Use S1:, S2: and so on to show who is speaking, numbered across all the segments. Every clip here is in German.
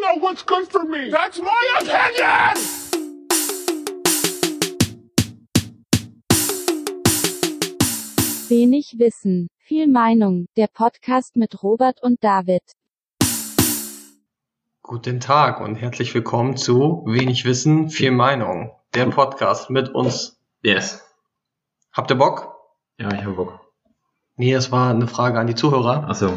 S1: know what's good for me.
S2: That's my opinion!
S3: Wenig Wissen, viel Meinung, der Podcast mit Robert und David.
S4: Guten Tag und herzlich willkommen zu Wenig Wissen, viel Meinung, der Podcast mit uns.
S5: Yes.
S4: Habt ihr Bock?
S5: Ja, ich hab Bock.
S4: Nee, das war eine Frage an die Zuhörer.
S5: Achso.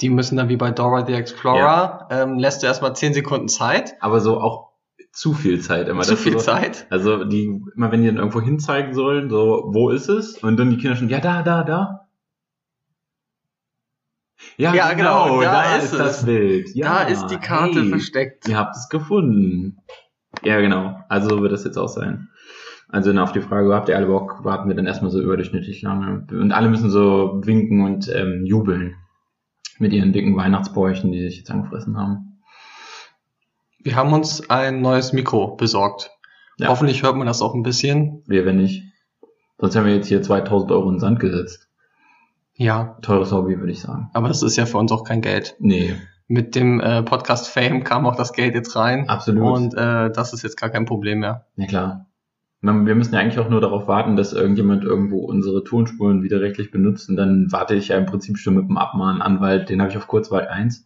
S4: Die müssen dann wie bei Dora the Explorer, ähm, lässt du erstmal 10 Sekunden Zeit.
S5: Aber so auch zu viel Zeit immer.
S4: Zu
S5: Das ist
S4: viel
S5: so,
S4: Zeit.
S5: Also die, immer wenn die dann irgendwo hinzeigen sollen, so, wo ist es? Und dann die Kinder schon, ja, da, da, da.
S4: Ja, genau, da ist es.
S5: das Bild. Ja,
S4: da ist die Karte
S5: hey,
S4: versteckt.
S5: Ihr habt es gefunden. Ja, genau. Also so wird das jetzt auch sein. Also na, auf die Frage, habt ihr alle Bock, warten wir dann erstmal so überdurchschnittlich lange. Und alle müssen so winken und ähm, jubeln. Mit ihren dicken Weihnachtsbäuchen, die sich jetzt angefressen haben.
S4: Wir haben uns ein neues Mikro besorgt.
S5: Ja.
S4: Hoffentlich hört man das auch ein bisschen.
S5: Wir, wenn nicht. Sonst haben wir jetzt hier 2000 Euro in den Sand gesetzt.
S4: Ja,
S5: Teures Hobby, würde ich sagen.
S4: aber das ist ja für uns auch kein Geld.
S5: Nee,
S4: Mit dem äh, Podcast Fame kam auch das Geld jetzt rein.
S5: absolut.
S4: Und äh, das ist jetzt gar kein Problem mehr.
S5: Na klar. Man- Wir müssen ja eigentlich auch nur darauf warten, dass irgendjemand irgendwo unsere Tonspuren widerrechtlich benutzt und dann warte ich ja im Prinzip schon mit dem Abmahnanwalt, den habe ich auf Kurzwahl 1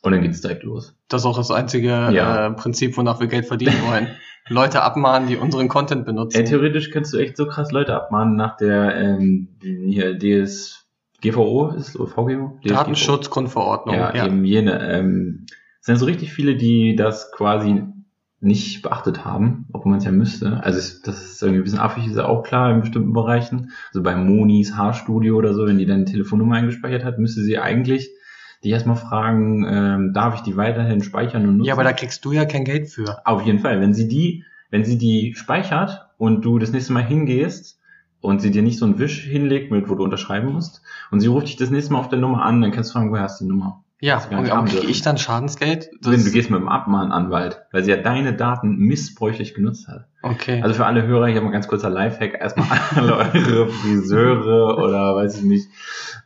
S5: und dann geht's direkt los.
S4: Das ist auch das einzige
S5: Ja.
S4: äh, Prinzip, wonach wir Geld verdienen wollen. Leute abmahnen, die unseren Content benutzen.
S5: Ey, theoretisch kannst du echt so krass Leute abmahnen nach der ähm, hier DSGVO ist oder VGO? DSGVO?
S4: Datenschutzgrundverordnung.
S5: Ja, eben jene. Ähm, es sind so richtig viele, die das quasi nicht beachtet haben, obwohl man es ja müsste. Also es, das ist irgendwie ein bisschen affig, ist ja auch klar in bestimmten Bereichen. Also bei Monis Haarstudio oder so, wenn die dann Telefonnummer eingespeichert hat, müsste sie eigentlich die erstmal fragen, ähm, darf ich die weiterhin speichern und nutzen?
S4: ja, aber da kriegst du ja kein Geld für.
S5: Auf jeden Fall, wenn sie die, wenn sie die speichert und du das nächste Mal hingehst und sie dir nicht so einen Wisch hinlegt, mit wo du unterschreiben musst, und sie ruft dich das nächste Mal auf der Nummer an, dann kannst du fragen, woher hast du die Nummer?
S4: Ja,
S5: Das kann
S4: und,
S5: ich
S4: aber
S5: haben
S4: kriege
S5: dürfen.
S4: ich dann Schadensgeld? Das-
S5: Wenn du gehst mit dem Abmahnanwalt, weil sie ja deine Daten missbräuchlich genutzt hat.
S4: okay.
S5: Also für alle Hörer, hier mal ganz kurzer Lifehack. Erstmal alle eure Friseure oder weiß ich nicht,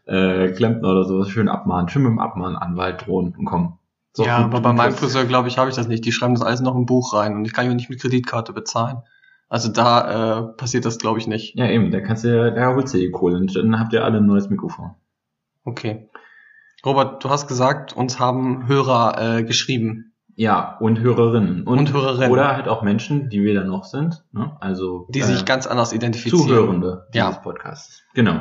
S5: äh, Klempner oder sowas schön abmahnen. Schön mit dem Abmahnanwalt drohen und kommen.
S4: ja, aber bei meinem Friseur, glaube ich, habe ich das nicht. Die schreiben das alles noch im Buch rein und ich kann ja nicht mit Kreditkarte bezahlen. Also da äh, passiert das, glaube ich, nicht.
S5: Ja, eben, da kannst du ja, da holst du die Kohle und dann habt ihr alle ein neues Mikrofon.
S4: Okay. Robert, du hast gesagt, uns haben Hörer äh, geschrieben.
S5: Ja, und Hörerinnen.
S4: Und Hörerinnen.
S5: Oder halt auch Menschen, die weder noch sind, ne? Also
S4: Die
S5: äh,
S4: sich ganz anders identifizieren.
S5: Zuhörende
S4: Ja.
S5: dieses Podcasts. Genau.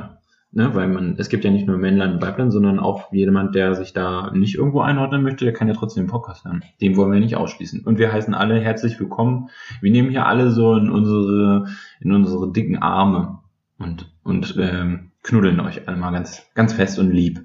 S5: Ne, weil man, es gibt ja nicht nur Männlein und Weiblein, sondern auch jemand, der sich da nicht irgendwo einordnen möchte, der kann ja trotzdem den Podcast hören. Den wollen wir nicht ausschließen. Und wir heißen alle herzlich willkommen. Wir nehmen hier alle so in unsere, in unsere dicken Arme und, und ähm, knuddeln euch alle mal ganz, ganz fest und lieb.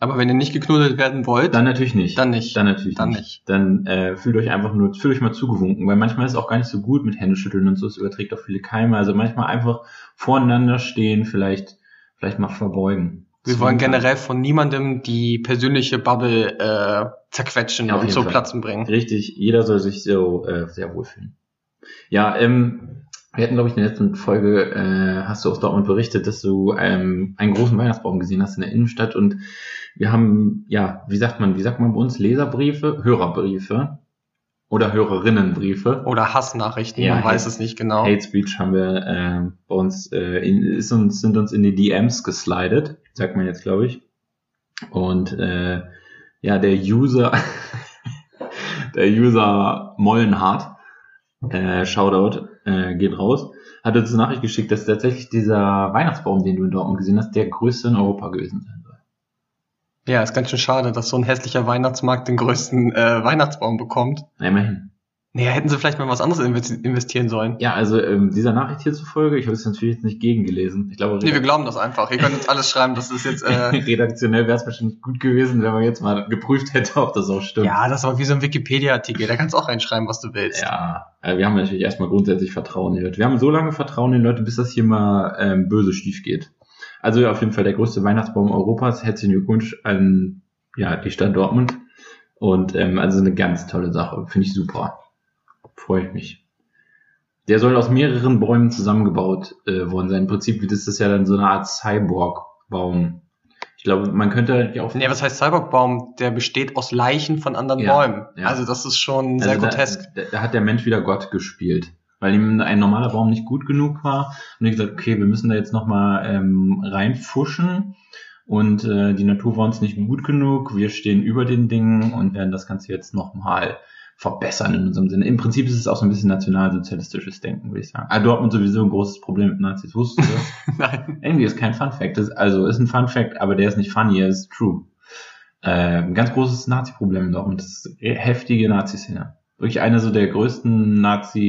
S4: Aber wenn ihr nicht geknuddelt werden wollt,
S5: Dann natürlich nicht.
S4: Dann nicht.
S5: Dann natürlich
S4: Dann
S5: nicht. Dann äh, fühlt euch einfach nur, fühlt euch mal zugewunken, weil manchmal ist es auch gar nicht so gut mit Händeschütteln und so, es überträgt auch viele Keime. Also manchmal einfach voreinander stehen, vielleicht, vielleicht mal verbeugen.
S4: Wir wollen generell von niemandem die persönliche Bubble äh, zerquetschen
S5: Ja, auf
S4: und
S5: jeden
S4: zu
S5: Fall.
S4: Platzen bringen.
S5: Richtig, jeder soll sich so äh, sehr wohlfühlen. Ja, ähm, wir hatten, glaube ich, in der letzten Folge, äh, hast du aus Dortmund berichtet, dass du ähm, einen großen Weihnachtsbaum gesehen hast in der Innenstadt und wir haben, ja, wie sagt man, wie sagt man bei uns, Leserbriefe, Hörerbriefe oder Hörerinnenbriefe.
S4: Oder Hassnachrichten,
S5: Ja,
S4: man
S5: Hate-
S4: weiß es nicht genau.
S5: Hate Speech haben wir äh, bei uns, äh, in, ist uns, sind uns in die DMs geslidet, sagt man jetzt, glaube ich. Und äh, ja, der User, der User Mollenhardt, äh, Shoutout, äh, geht raus, hat uns eine Nachricht geschickt, dass tatsächlich dieser Weihnachtsbaum, den du in Dortmund gesehen hast, der größte in Europa gewesen sein soll.
S4: Ja, ist ganz schön schade, dass so ein hässlicher Weihnachtsmarkt den größten äh, Weihnachtsbaum bekommt.
S5: Na, immerhin.
S4: Naja, hätten sie vielleicht mal was anderes investi- investieren sollen.
S5: Ja, also ähm, dieser Nachricht hier zufolge, ich habe es natürlich jetzt nicht gegengelesen. Ich glaube,
S4: Nee, wir glauben das einfach. Ihr könnt uns alles schreiben, das ist jetzt... Äh,
S5: redaktionell wäre es wahrscheinlich gut gewesen, wenn man jetzt mal geprüft hätte, ob das auch stimmt.
S4: ja, das war wie so ein Wikipedia-Artikel, da kannst du auch reinschreiben, was du willst.
S5: Ja, äh, wir haben natürlich erstmal grundsätzlich Vertrauen in die Leute. Wir haben so lange Vertrauen in die Leute, bis das hier mal ähm, böse schief geht. Also auf jeden Fall der größte Weihnachtsbaum Europas. Herzlichen Glückwunsch an ja, die Stadt Dortmund. Und ähm, also eine ganz tolle Sache. Finde ich super. Freue ich mich. Der soll aus mehreren Bäumen zusammengebaut äh, worden sein. Im Prinzip ist das ja dann so eine Art Cyborg-Baum. Ich glaube, man könnte halt auch.
S4: Nee, was heißt Cyborgbaum? Der besteht aus Leichen von anderen
S5: Ja,
S4: Bäumen.
S5: ja.
S4: Also das ist schon sehr
S5: also da-
S4: grotesk.
S5: Da, da hat der Mensch wieder Gott gespielt, weil ihm ein normaler Baum nicht gut genug war. Und ich gesagt, okay, wir müssen da jetzt nochmal ähm, reinfuschen. Und äh, die Natur war uns nicht gut genug. Wir stehen über den Dingen und werden das Ganze jetzt nochmal verbessern in unserem Sinne. Im Prinzip ist es auch so ein bisschen nationalsozialistisches Denken, würde ich sagen. Ah, Dortmund sowieso ein großes Problem mit Nazis. Wusstest du das?
S4: Nein.
S5: Irgendwie ist kein Fun Fact. Das, also ist ein Fun Fact, aber der ist nicht funny, er ist true. Äh, ein ganz großes Nazi-Problem in Dortmund. Das ist eine heftige Nazi-Szene. Wirklich eine so der größten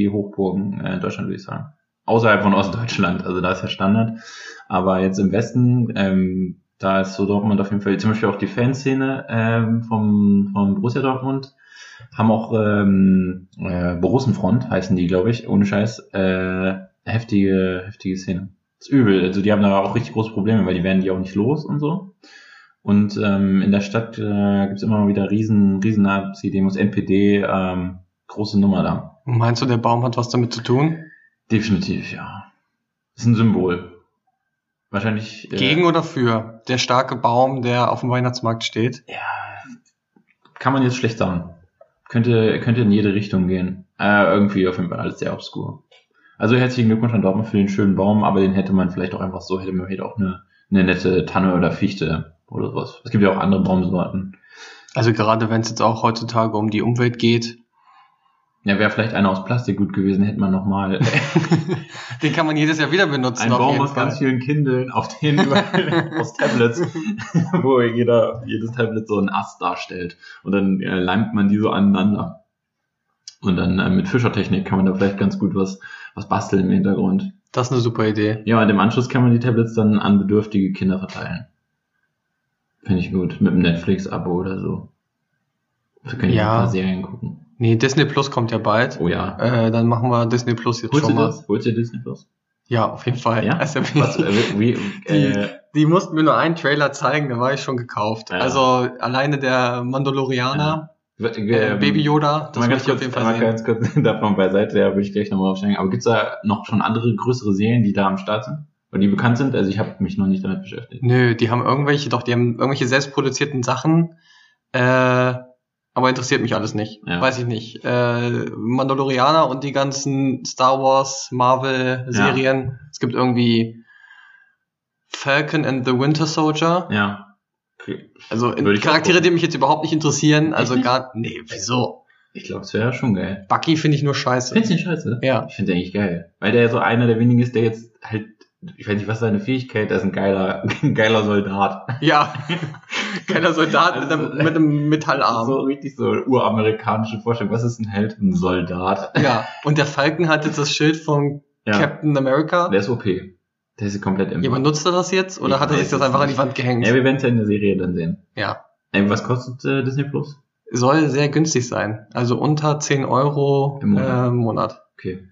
S5: Nazi-Hochburgen äh, in Deutschland, würde ich sagen. Außerhalb von Ostdeutschland, also da ist ja Standard. Aber jetzt im Westen, ähm, da ist so Dortmund auf jeden Fall, zum Beispiel auch die Fanszene ähm, vom, vom Borussia Dortmund, haben auch ähm, äh, Borussenfront, heißen die, glaube ich, ohne Scheiß, äh, heftige, heftige Szene. Das ist übel. Also die haben da auch richtig große Probleme, weil die werden die auch nicht los und so. Und ähm, in der Stadt äh, gibt's immer mal wieder riesen, riesen Nazi-Demos, NPD, ähm, große Nummer da.
S4: Meinst du, der Baum hat was damit zu tun?
S5: Definitiv, ja. Ist ein Symbol. Wahrscheinlich. äh,
S4: Gegen oder für? Der starke Baum, der auf dem Weihnachtsmarkt steht.
S5: Ja, kann man jetzt schlecht sagen. Könnte, könnte in jede Richtung gehen. Äh, irgendwie auf jeden Fall alles sehr obskur. Also herzlichen Glückwunsch an Dortmund für den schönen Baum, aber den hätte man vielleicht auch einfach so, hätte man vielleicht auch eine, eine nette Tanne oder Fichte oder sowas. Es gibt ja auch andere Baumsorten.
S4: Also gerade wenn es jetzt auch heutzutage um die Umwelt geht,
S5: Ja, wäre vielleicht einer aus Plastik gut gewesen, hätte man nochmal
S4: den kann man jedes Jahr wieder benutzen.
S5: einen
S4: auf
S5: Baum
S4: jeden
S5: aus ganz
S4: Fall.
S5: vielen Kindeln, auf denen überall aus Tablets, wo jeder, jedes Tablet so einen Ast darstellt. Und dann äh, leimt man die so aneinander. Und dann äh, mit Fischertechnik kann man da vielleicht ganz gut was, was basteln im Hintergrund.
S4: Das ist eine super Idee.
S5: Ja, und im Anschluss kann man die Tablets dann an bedürftige Kinder verteilen. Finde ich gut. Mit einem Netflix-Abo oder so. Da können ja.
S4: Ja.
S5: ein paar Serien gucken.
S4: Nee, Disney Plus kommt ja bald.
S5: Oh ja.
S4: Äh, dann machen wir Disney Plus jetzt
S5: Holst du
S4: schon mal.
S5: das? Holst du Disney Plus?
S4: Ja, auf jeden Fall.
S5: Ja?
S4: Also,
S5: Was, äh, wie, äh,
S4: Die mussten mir nur einen Trailer zeigen, da war ich schon gekauft.
S5: Ja.
S4: Also alleine der Mandalorianer, äh,
S5: ähm,
S4: Baby Yoda,
S5: Das
S4: das
S5: mal
S4: möchte
S5: ganz
S4: ich auf jeden
S5: kurz, mal
S4: Fall sehen.
S5: ganz kurz davon beiseite, da würde ich gleich nochmal aufsteigen. Aber gibt's da noch schon andere größere Serien, die da am Start sind? Oder die bekannt sind? Also ich habe mich noch nicht damit beschäftigt.
S4: Nö, die haben irgendwelche, doch, die haben irgendwelche selbstproduzierten Sachen. Äh, aber interessiert mich alles nicht.
S5: Ja.
S4: Weiß ich nicht. Äh, Mandalorianer und die ganzen Star Wars, Marvel-Serien. Es gibt irgendwie Falcon and the Winter Soldier.
S5: Ja. Okay.
S4: Also
S5: Würde ich auch
S4: Charaktere,
S5: gucken.
S4: die mich jetzt überhaupt nicht interessieren. Also
S5: nicht?
S4: gar. Nee, wieso?
S5: Ich glaube, es wäre schon geil.
S4: Bucky finde ich nur scheiße.
S5: Findest du den scheiße?
S4: Ja.
S5: Ich finde den eigentlich geil. Weil der so einer der wenigen ist, der jetzt halt, ich weiß nicht, was seine Fähigkeit, ist, ein geiler, ein geiler Soldat.
S4: Ja, keiner Soldat mit, einem, mit einem
S5: Das
S4: Metallarm.
S5: ist Also, so richtig so uramerikanische Vorstellung. Was ist ein Held? Ein Soldat.
S4: Ja, und der Falken hat jetzt das Schild von Captain America.
S5: Der ist OP. Der ist komplett im.
S4: Ja, aber nutzt er das jetzt oder
S5: Ich
S4: hat er sich
S5: weiß
S4: das
S5: es
S4: einfach an die
S5: nicht.
S4: Wand gehängt?
S5: Ja, wir werden es ja in der Serie dann sehen.
S4: Ja.
S5: Ey, was kostet äh, Disney Plus?
S4: Soll sehr günstig sein. Also unter 10 Euro
S5: Im
S4: im
S5: Monat.
S4: Monat. Äh, im Monat.
S5: Okay.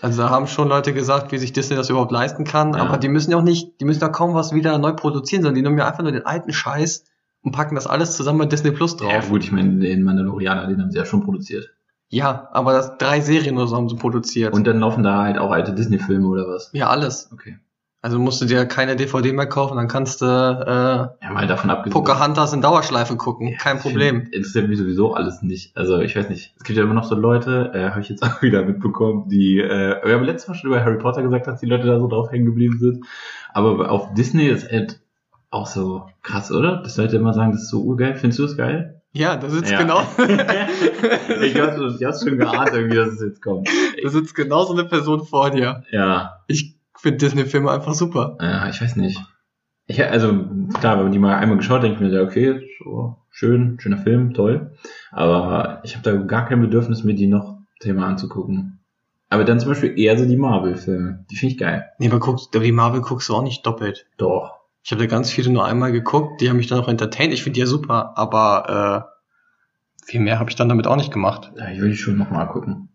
S4: Also da haben schon Leute gesagt, wie sich Disney das überhaupt leisten kann.
S5: Ja.
S4: Aber die müssen ja auch nicht, die müssen ja kaum was wieder neu produzieren, sondern die nehmen ja einfach nur den alten Scheiß und packen das alles zusammen bei Disney Plus
S5: Ja,
S4: drauf.
S5: gut, ich meine, den Mandalorianer, den haben sie ja schon produziert.
S4: Ja, aber das, drei Serien oder so haben sie produziert.
S5: Und dann laufen da halt auch alte Disney-Filme oder was.
S4: ja, alles.
S5: Okay.
S4: Also musst du dir keine DVD mehr kaufen, dann kannst du äh,
S5: Ja, mal davon abgesehen.
S4: Pocahontas in Dauerschleife gucken.
S5: Ja,
S4: Kein
S5: ich
S4: Problem.
S5: find, Interessiert mich sowieso alles nicht. Also, ich weiß nicht. Es gibt ja immer noch so Leute, äh, habe ich jetzt auch wieder mitbekommen, die, äh, wir haben letztes Mal schon über Harry Potter gesagt, dass die Leute da so drauf hängen geblieben sind. Aber auf Disney ist halt auch so krass, oder? Dass Leute immer sagen, das ist so urgeil. Findest du das geil?
S4: Ja, da sitzt
S5: Ja.
S4: genau.
S5: ich hab's schon- ich hab's schon geahnt irgendwie, dass es jetzt kommt.
S4: da sitzt genau so eine Person vor dir.
S5: Ja,
S4: Ich finde Disney-Filme einfach super.
S5: Ja, ich weiß nicht. Ich, also, klar, wenn man die mal einmal geschaut, denke ich mir, so, okay, so, schön, schöner Film, toll. Aber ich habe da gar kein Bedürfnis, mir die noch Thema anzugucken. Aber dann zum Beispiel eher so die Marvel-Filme. Die finde ich geil.
S4: Nee, aber guckst, aber die Marvel guckst du auch nicht doppelt.
S5: Doch.
S4: Ich habe da ganz viele nur einmal geguckt, die haben mich dann auch entertained. Ich finde die ja super, aber äh, viel mehr habe ich dann damit auch nicht gemacht.
S5: Ja, ich will die schon nochmal gucken.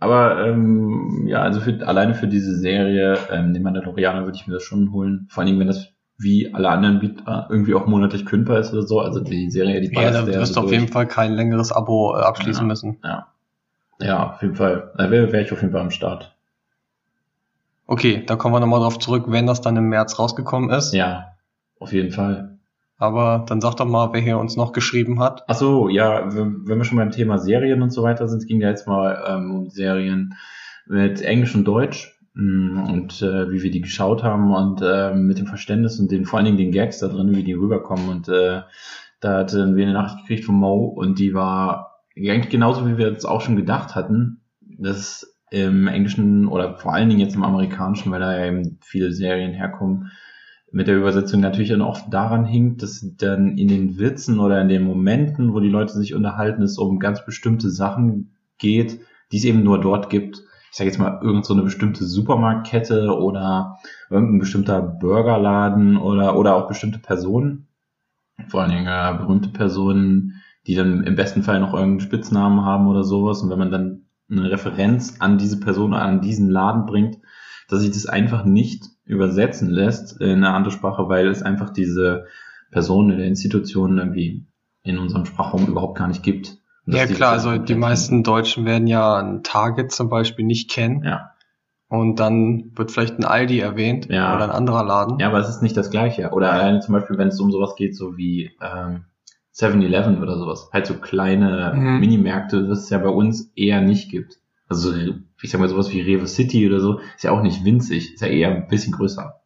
S5: Aber ähm, ja, also für, alleine für diese Serie, ähm, den Mandalorianer würde ich mir das schon holen. Vor allem, wenn das wie alle anderen Bieter irgendwie auch monatlich kündbar ist oder so. Also die Serie, die
S4: Ja, da
S5: ballert der
S4: wirst
S5: so
S4: du auf
S5: durch.
S4: jeden Fall kein längeres Abo äh, abschließen
S5: Ja.
S4: müssen.
S5: Ja, auf jeden Fall. Da wäre wär ich auf jeden Fall am Start.
S4: Okay, da kommen wir nochmal drauf zurück, wenn das dann im März rausgekommen ist.
S5: Ja. Auf jeden Fall.
S4: Aber dann sag doch mal, wer hier uns noch geschrieben hat.
S5: Ach so, ja, wenn wenn wir schon beim Thema Serien und so weiter sind, es ging ja jetzt mal ähm, um Serien mit Englisch und Deutsch mm, und äh, wie wir die geschaut haben und ähm, mit dem Verständnis und den vor allen Dingen den Gags da drin, wie die rüberkommen und äh, da hatten wir eine Nachricht gekriegt von Mo und die war eigentlich genauso, wie wir es auch schon gedacht hatten, dass im Englischen oder vor allen Dingen jetzt im Amerikanischen, weil da ja eben viele Serien herkommen, mit der Übersetzung natürlich dann oft daran hinkt, dass dann in den Witzen oder in den Momenten, wo die Leute sich unterhalten, es um ganz bestimmte Sachen geht, die es eben nur dort gibt. Ich sage jetzt mal irgend so eine bestimmte Supermarktkette oder irgendein bestimmter Burgerladen oder oder auch bestimmte Personen vor allen Dingen äh, berühmte Personen, die dann im besten Fall noch irgendeinen Spitznamen haben oder sowas. Und wenn man dann eine Referenz an diese Person, an diesen Laden bringt, dass sich das einfach nicht übersetzen lässt in eine andere Sprache, weil es einfach diese Personen oder Institutionen irgendwie in unserem Sprachraum überhaupt gar nicht gibt. Und
S4: Ja
S5: dass die
S4: klar,
S5: das
S4: also die
S5: komplett-
S4: meisten Deutschen werden ja ein Target zum Beispiel nicht kennen.
S5: Ja.
S4: Und dann wird vielleicht ein Aldi erwähnt
S5: Ja.
S4: oder ein anderer Laden.
S5: ja, aber es ist nicht das Gleiche. Oder alleine zum Beispiel, wenn es um sowas geht, so wie ähm, 7-Eleven oder sowas. Halt so kleine
S4: Mhm.
S5: Minimärkte, das es ja bei uns eher nicht gibt. Also so, ich sag mal sowas wie Rewe City oder so, ist ja auch nicht winzig, ist ja eher ein bisschen größer.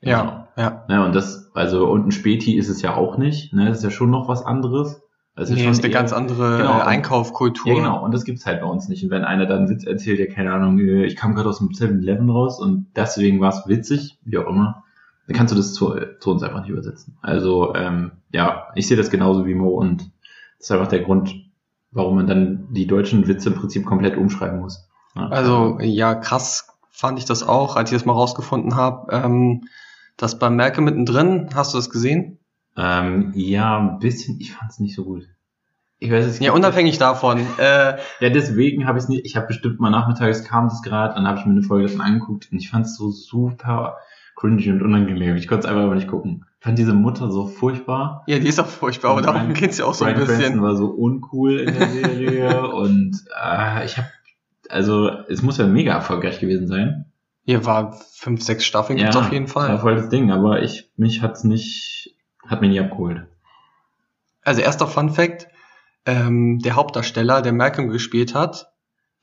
S4: ja. ja.
S5: Ne, und das, also, und ein Späti ist es ja auch nicht. Ne, das ist ja schon noch was anderes. Das
S4: Nee,
S5: schon
S4: ist eine
S5: eher-
S4: ganz andere
S5: Genau.
S4: äh, Einkaufkultur.
S5: Ja, genau. Und das gibt's halt bei uns nicht. Und wenn einer dann einen Witz erzählt, ja, keine Ahnung, äh, ich kam gerade aus dem 7-Eleven raus und deswegen war's witzig, wie auch immer, dann kannst du das zu, zu uns einfach nicht übersetzen. Also, ähm, ja, ich sehe das genauso wie Mo und das ist einfach der Grund, warum man dann die deutschen Witze im Prinzip komplett umschreiben muss. Ja.
S4: Also ja, krass fand ich das auch, als ich das mal rausgefunden habe. Ähm, das bei Merkel mittendrin, hast du das gesehen?
S5: ähm, ja, ein bisschen, ich fand's nicht so gut. Ich weiß es
S4: Ja,
S5: gibt-
S4: unabhängig davon. Äh,
S5: Ja, deswegen habe ich nicht. Ich habe bestimmt mal nachmittags kam das gerade, dann habe ich mir eine Folge davon angeguckt und ich fand es so super cringy und unangenehm. Ich konnte es einfach aber nicht gucken. Ich fand diese Mutter so furchtbar.
S4: ja, die ist auch furchtbar, aber
S5: Brian-
S4: darum geht's ja auch so ein
S5: Bryan Cranston
S4: bisschen.
S5: war so uncool in der Serie und äh, ich habe, also es muss ja mega erfolgreich gewesen sein.
S4: Hier war fünf, sechs Staffeln gibt's auf jeden
S5: das War
S4: Fall.
S5: voll das Ding, aber ich mich hat's nicht, hat mich nie abgeholt.
S4: Also erster Fun Fact, ähm, der Hauptdarsteller, der Malcolm gespielt hat,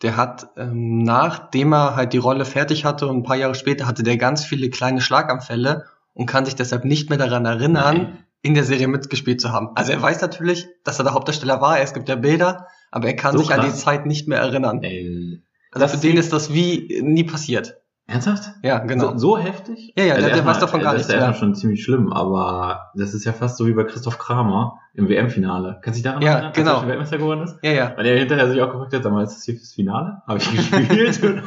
S4: der hat ähm, nachdem er halt die Rolle fertig hatte und ein paar Jahre später hatte der ganz viele kleine Schlaganfälle und kann sich deshalb nicht mehr daran erinnern, in der Serie mitgespielt zu haben. Also er weiß natürlich, dass er der Hauptdarsteller war, es gibt ja Bilder, aber er kann
S5: So
S4: sich an die
S5: krass.
S4: Zeit nicht mehr erinnern.
S5: Ey,
S4: Also
S5: das
S4: für
S5: Ding-
S4: den ist das wie nie passiert.
S5: ernsthaft?
S4: Ja, genau.
S5: So, so heftig?
S4: Ja, ja, der- der
S5: erstmal-
S4: weiß davon gar
S5: das
S4: nichts
S5: ist ja
S4: mehr.
S5: erstmal schon ziemlich schlimm, aber das ist ja fast so wie bei Christoph Kramer im WM-Finale. Kannst du dich daran
S4: Ja,
S5: erinnern,
S4: genau.
S5: als er schon Weltmeister geworden ist?
S4: Ja, ja.
S5: Weil er hinterher sich auch gefragt hat, sag mal, ist das hier fürs Finale? Habe ich gespielt? oder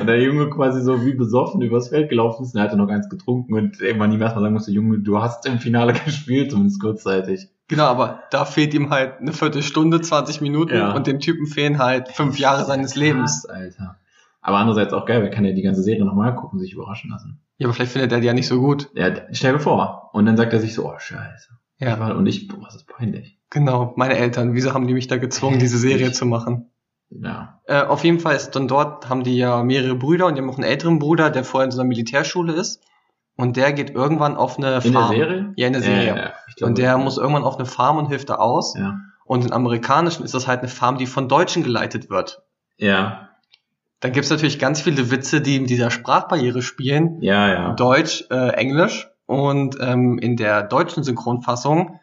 S5: und der Junge quasi so wie besoffen übers Feld gelaufen ist und er hatte noch eins getrunken und irgendwann ihm erstmal sagen musste, Junge, du hast im Finale gespielt, zumindest kurzzeitig.
S4: Genau, aber da fehlt ihm halt eine Viertelstunde, 20 Minuten
S5: Ja.
S4: und dem Typen fehlen halt fünf Jahre seines Lebens.
S5: Krass, Alter. Aber andererseits auch geil, weil er kann ja die ganze Serie nochmal gucken, sich überraschen lassen.
S4: Ja, aber vielleicht findet er die ja nicht so gut.
S5: Ja, stell dir vor. Und dann sagt er sich so, oh, scheiße.
S4: Ja,
S5: Und ich, boah, das ist peinlich.
S4: genau. Meine Eltern, wieso haben die mich da gezwungen, diese Serie zu machen?
S5: Ja.
S4: Äh, auf jeden Fall ist dann dort, haben die ja mehrere Brüder und die haben auch einen älteren Bruder, der vorher in so einer Militärschule ist. Und der geht irgendwann auf eine
S5: In der
S4: Farm.
S5: Serie?
S4: Ja, in der Serie.
S5: Äh, ich glaube,
S4: Und der muss irgendwann auf eine Farm und hilft da aus.
S5: Ja.
S4: Und im Amerikanischen ist das halt eine Farm, die von Deutschen geleitet wird.
S5: Ja,
S4: Dann gibt's natürlich ganz viele Witze, die mit dieser Sprachbarriere spielen.
S5: ja, ja.
S4: Deutsch, äh, Englisch. Und ähm, in der deutschen Synchronfassung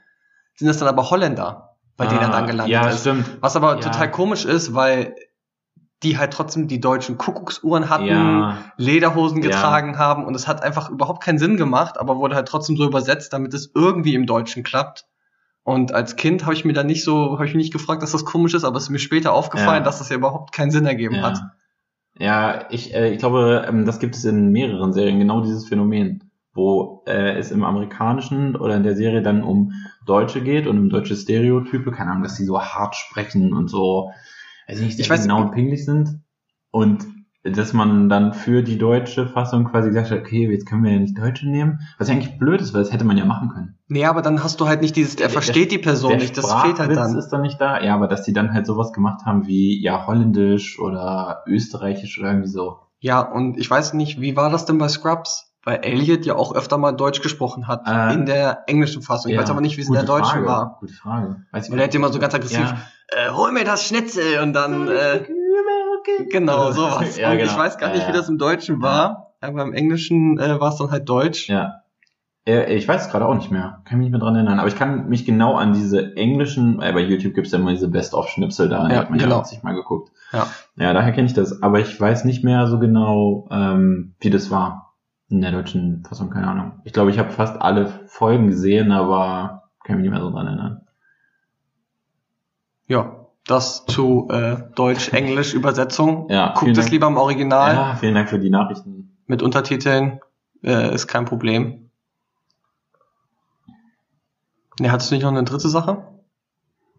S4: sind es dann aber Holländer, bei denen er
S5: Ah,
S4: dann gelandet
S5: ja,
S4: ist.
S5: Stimmt.
S4: Was aber
S5: Ja.
S4: total komisch ist, weil die halt trotzdem die deutschen Kuckucksuhren hatten,
S5: Ja,
S4: Lederhosen
S5: Ja.
S4: getragen haben und es hat einfach überhaupt keinen Sinn gemacht, aber wurde halt trotzdem so übersetzt, damit es irgendwie im Deutschen klappt. Und als Kind habe ich mir dann nicht so, habe ich mich nicht gefragt, dass das komisch ist, aber es ist mir später aufgefallen,
S5: Ja.
S4: dass das ja überhaupt keinen Sinn ergeben hat.
S5: ja. ja ich, äh, ich glaube, ähm, das gibt es in mehreren Serien, genau dieses Phänomen, wo äh, es im amerikanischen oder in der Serie dann um Deutsche geht und um deutsche Stereotype, keine Ahnung, dass die so hart sprechen und so, also nicht,
S4: Ich
S5: sehr
S4: weiß-
S5: genau und pingelig sind. Und dass man dann für die deutsche Fassung quasi gesagt hat, okay, jetzt können wir ja nicht Deutsche nehmen, was ja eigentlich blöd ist, weil das hätte man ja machen können.
S4: Nee, aber dann hast du halt nicht dieses, er
S5: Der-
S4: versteht die Person
S5: Der
S4: nicht, das fehlt halt
S5: Sprachwitz
S4: dann.
S5: ist dann nicht da. Ja, aber dass die dann halt sowas gemacht haben wie ja holländisch oder österreichisch oder irgendwie so.
S4: Ja, und ich weiß nicht, wie war das denn bei Scrubs? weil Elliot ja auch öfter mal Deutsch gesprochen hat
S5: Äh,
S4: in der englischen Fassung. Ich weiß aber nicht, wie es in der deutschen
S5: Frage,
S4: war.
S5: Gute Frage. Weiß ich
S4: Und er hat immer so ganz aggressiv,
S5: Ja.
S4: äh, hol mir das Schnitzel und dann, äh, genau, sowas.
S5: Ja,
S4: und
S5: genau.
S4: ich weiß gar
S5: Ja,
S4: nicht,
S5: ja.
S4: wie das im Deutschen war, aber im Englischen äh, war es dann halt Deutsch.
S5: Ja. Äh, Ich weiß es gerade auch nicht mehr. Kann mich nicht mehr dran erinnern. Aber ich kann mich genau an diese englischen, äh, bei YouTube gibt's ja immer diese Best-of-Schnipsel da. die
S4: Ja,
S5: hat man
S4: genau.
S5: ja sich mal geguckt.
S4: Ja.
S5: Ja, daher kenne ich das. Aber ich weiß nicht mehr so genau, ähm, wie das war. In der deutschen Fassung, keine Ahnung. Ich glaube, ich habe fast alle Folgen gesehen, aber kann mich nicht mehr so dran erinnern.
S4: Ja, das zu äh, Deutsch-Englisch-Übersetzung.
S5: Ja, vielen
S4: Guckt es
S5: Dank.
S4: lieber im Original
S5: Ja, vielen Dank für die Nachrichten.
S4: mit Untertiteln. Äh, ist kein Problem. Ne, hattest du nicht noch eine dritte Sache?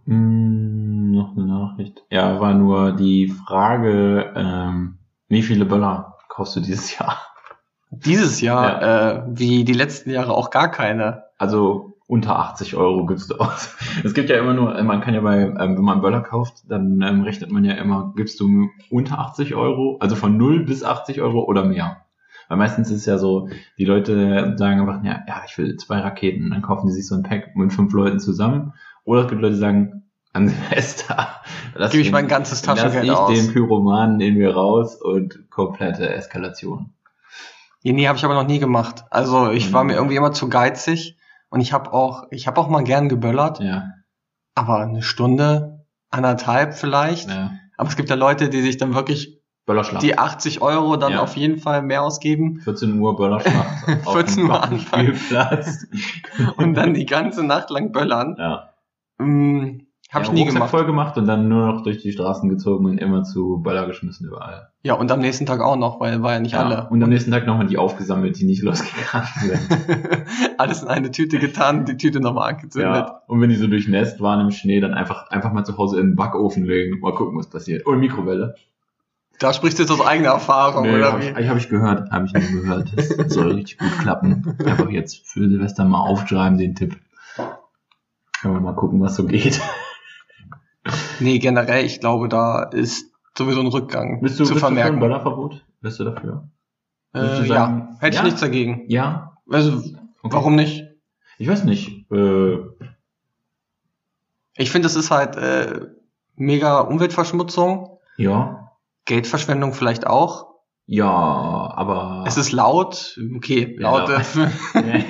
S5: Hm, noch eine Nachricht. Ja, war nur die Frage, ähm, wie viele Böller kaufst du dieses Jahr?
S4: Dieses Jahr, äh, wie die letzten Jahre, auch gar keine.
S5: Also unter 80 Euro gibst du aus. Es gibt ja immer nur, man kann ja bei, ähm, wenn man Böller kauft, dann ähm, rechnet man ja immer, gibst du unter 80 Euro, also von 0 bis 80 Euro oder mehr. Weil meistens ist ja so, die Leute sagen einfach, ja, ja ich will zwei Raketen, dann kaufen die sich so ein Pack mit fünf Leuten zusammen. Oder es gibt Leute, die sagen, an Silvester. lass
S4: Gebe ich
S5: den-
S4: mein ganzes Taschengeld
S5: lass
S4: aus.
S5: ich den Pyromanen nehmen wir raus und komplette Eskalation.
S4: Ja, Nee, habe ich aber noch nie gemacht. Also ich war
S5: Mhm.
S4: mir irgendwie immer zu geizig und ich habe auch, ich habe auch mal gern geböllert,
S5: Ja,
S4: aber eine Stunde, anderthalb vielleicht.
S5: ja.
S4: Aber es gibt ja Leute, die sich dann wirklich
S5: Böllerschlag.
S4: die 80 Euro dann
S5: Ja.
S4: auf jeden Fall mehr ausgeben
S5: 14 Uhr Böllerschlacht.
S4: 14 Uhr anfangen.
S5: Spielplatz.
S4: und dann die ganze Nacht lang böllern.
S5: ja.
S4: Hm, habe ich nie
S5: Rucksack
S4: gemacht.
S5: voll gemacht und dann nur noch durch die Straßen gezogen und immer zu Böller geschmissen überall.
S4: Ja, und am nächsten Tag auch noch, weil war ja nicht
S5: Ja.
S4: alle.
S5: Und am nächsten Tag nochmal die aufgesammelt, die nicht losgegangen sind.
S4: Alles in eine Tüte getan, die Tüte nochmal angezündet.
S5: ja. Und wenn die so durchnässt waren im Schnee, dann einfach, einfach mal zu Hause in den Backofen legen. Mal gucken, was passiert. Oder Mikrowelle.
S4: Da sprichst du jetzt aus eigener Erfahrung,
S5: Nee,
S4: oder
S5: hab
S4: wie?
S5: ich, hab ich gehört, habe ich nur gehört. Das soll richtig gut klappen. Einfach jetzt für Silvester mal aufschreiben, den Tipp. Können wir mal gucken, was so geht.
S4: Nee, generell, ich glaube, da ist sowieso ein Rückgang
S5: Bist du,
S4: zu
S5: bist du für ein
S4: vermerken.
S5: Böllerverbot? Bist du dafür? würdest
S4: äh,
S5: du sagen-
S4: ja, hätte
S5: Ja?
S4: ich nichts dagegen.
S5: Ja.
S4: Also,
S5: Okay.
S4: warum nicht?
S5: Ich weiß nicht. Äh,
S4: Ich finde, es ist halt äh, mega Umweltverschmutzung,
S5: ja.
S4: Geldverschwendung vielleicht auch.
S5: Ja, aber.
S4: Es ist laut, okay,
S5: Ah. Ja, genau.
S4: laut. äh,